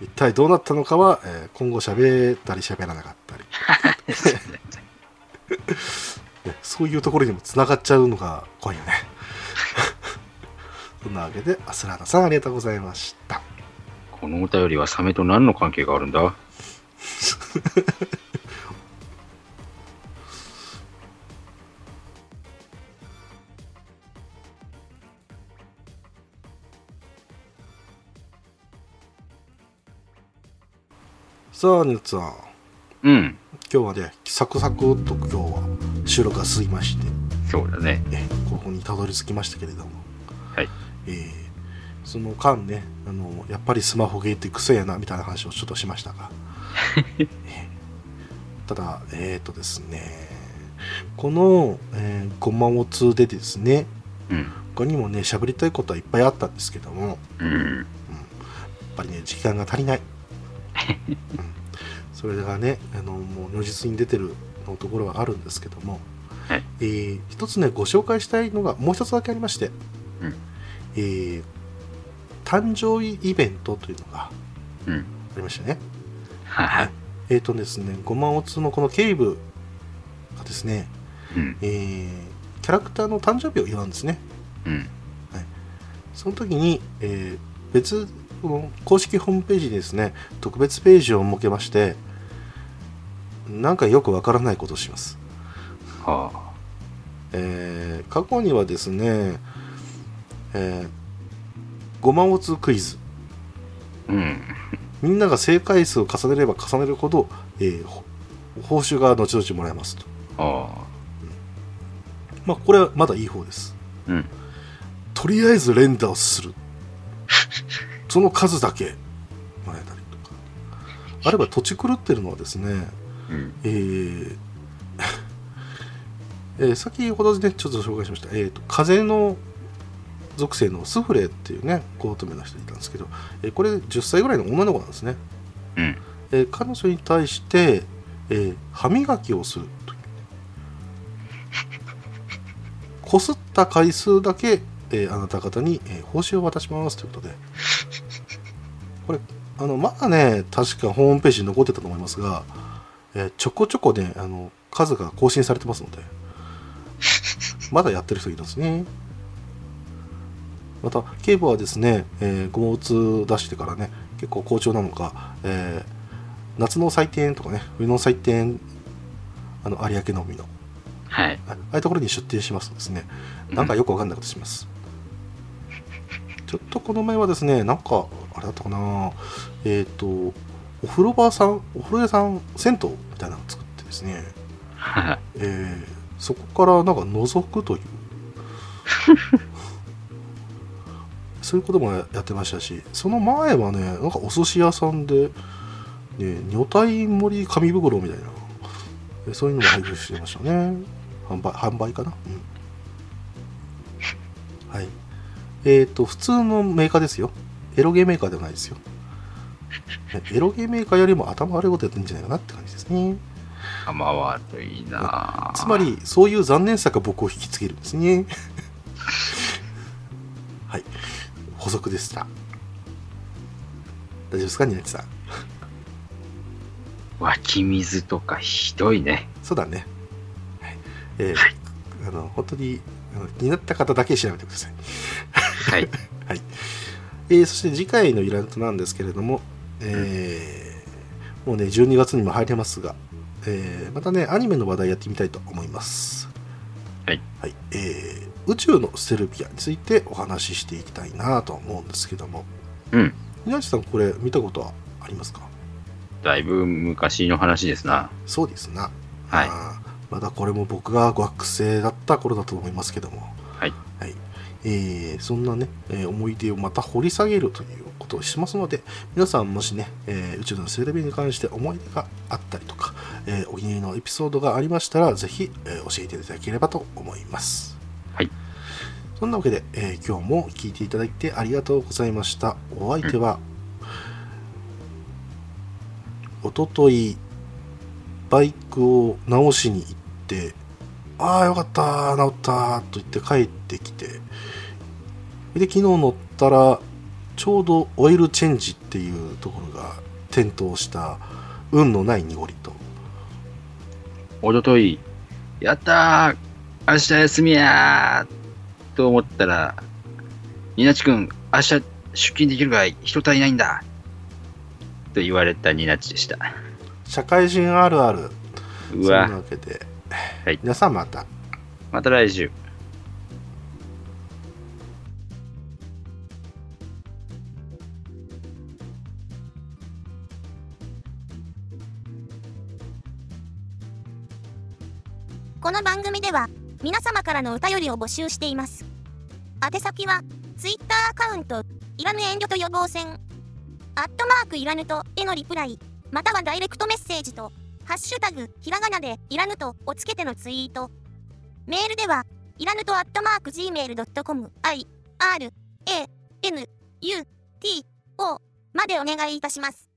一体どうなったのかは、えー今後喋ったり喋らなかったりねそういうところにもつながっちゃうのが怖いよねそんなわけでアスラーナさんありがとうございましたこのお便りはサメと何の関係があるんださあニッツさんうん。今日はねサクサクっと今日は収録が過ぎましてそうだね。えここにたどり着きましたけれども、はいえーその間ねあのやっぱりスマホゲーってクソやなみたいな話をちょっとしました が、えーただえっ、とですねこの、えー、ごまを通でですねうん。他にもね喋りたいことはいっぱいあったんですけどもやっうん。ぱりね時間が足りない、うんそれがねあのもう如実に出てるのところはあるんですけども、はいえー一つねご紹介したいのがもう一つだけありまして、うんえー誕生日イベントというのがあうん。りましたねはは。えっ、とですねごまおつのこの警部がですね、うん。えーキャラクターの誕生日を祝うんですねうん。その時に、えー別の公式ホームページにですね特別ページを設けましてなんかよくわからないことをします、はえー過去にはですね、えー、ごまおつクイズあ。うん。みんなが正解数を重ねれば重ねるほど、えーほ報酬が後々もらえますとはあ。まあこれはまだいい方ですうん。とりあえず連打をするその数だけもらえたりとかあれば土地狂ってるのはですねうん。えー えー先ほどねちょっと紹介しました、えー、と風の属性のスフレっていうねコート目の人いたんですけど、えーこれ10歳ぐらいの女の子なんですね、うん。えー彼女に対して、えー歯磨きをするというこすった回数だけ、えーあなた方に、えー報酬を渡しますということでこれあのまだね確かホームページに残ってたと思いますが、えーちょこちょこねあの数が更新されてますのでまだやってる人いるんですねまた警部はですね、えー、ゴーツ出してからね結構好調なのか、えー夏の祭典とかね冬の祭典あの有明の海のはい。 あああいうところに出店しますとですねうんなんかよくわかんないことします、ちょっとこの前はですねなんかあれだったかなえっ、とお風呂場さんお風呂屋さん銭湯みたいなのを作ってですね、はは。えーそこからなんか覗くというそういうこともやってましたしその前はねなんかお寿司屋さんで、ね、女体盛り紙袋みたいなえそういうのも配布してましたね販売販売かなうんはいえっ、と普通のメーカーですよエロゲメーカーではないですよねエロゲメーカーよりも頭悪いことやってるんじゃないかなって感じですね頭悪いなあつま。りそういう残念さが僕を引きつけるんですね はい補足でした大丈夫ですかニナチさん湧き水とかひどいね。そうだねはいえーはいあの本当にあの気になった方だけ調べてください、はい。えーそして次回のイラントなんですけれども、えーもうね12月にも入れますが、えーまたねアニメの話題やってみたいと思いますはい、はいえー宇宙のステルピアについてお話ししていきたいなと思うんですけどもうん。稲地さんこれ見たことはありますかだいぶ昔の話ですな。そうですなはいあーまだこれも僕が学生だった頃だと思いますけどもはい。はいえーそんなね、えー思い出をまた掘り下げるということをしますので皆さんもしね、えー宇宙のセレビに関して思い出があったりとか、えーお気に入りのエピソードがありましたらぜひ、えー教えていただければと思いますはいそんなわけで、えー今日も聞いていただいてありがとうございましたお相手は、おとといバイクを直しに行ってああよかった治ったと言って帰ってきてで昨日乗ったらちょうどオイルチェンジっていうところが点灯した運のない濁りとおととい、やったー明日休みやーと思ったら、ニナチ君、明日出勤できるかい人足りないんだ。と言われたニナチでした。社会人あるあるうそんなわ、わけで、はい皆さんまたまた来週。この番組では皆様からのお便りを募集しています。宛先は Twitter アカウントいらぬ遠慮と予防線アットマークいらぬとへのリプライまたはダイレクトメッセージとハッシュタグひらがなでいらぬとをつけてのツイートメールではいらぬとアットマーク gmail.com i r a n u t o までお願いいたします。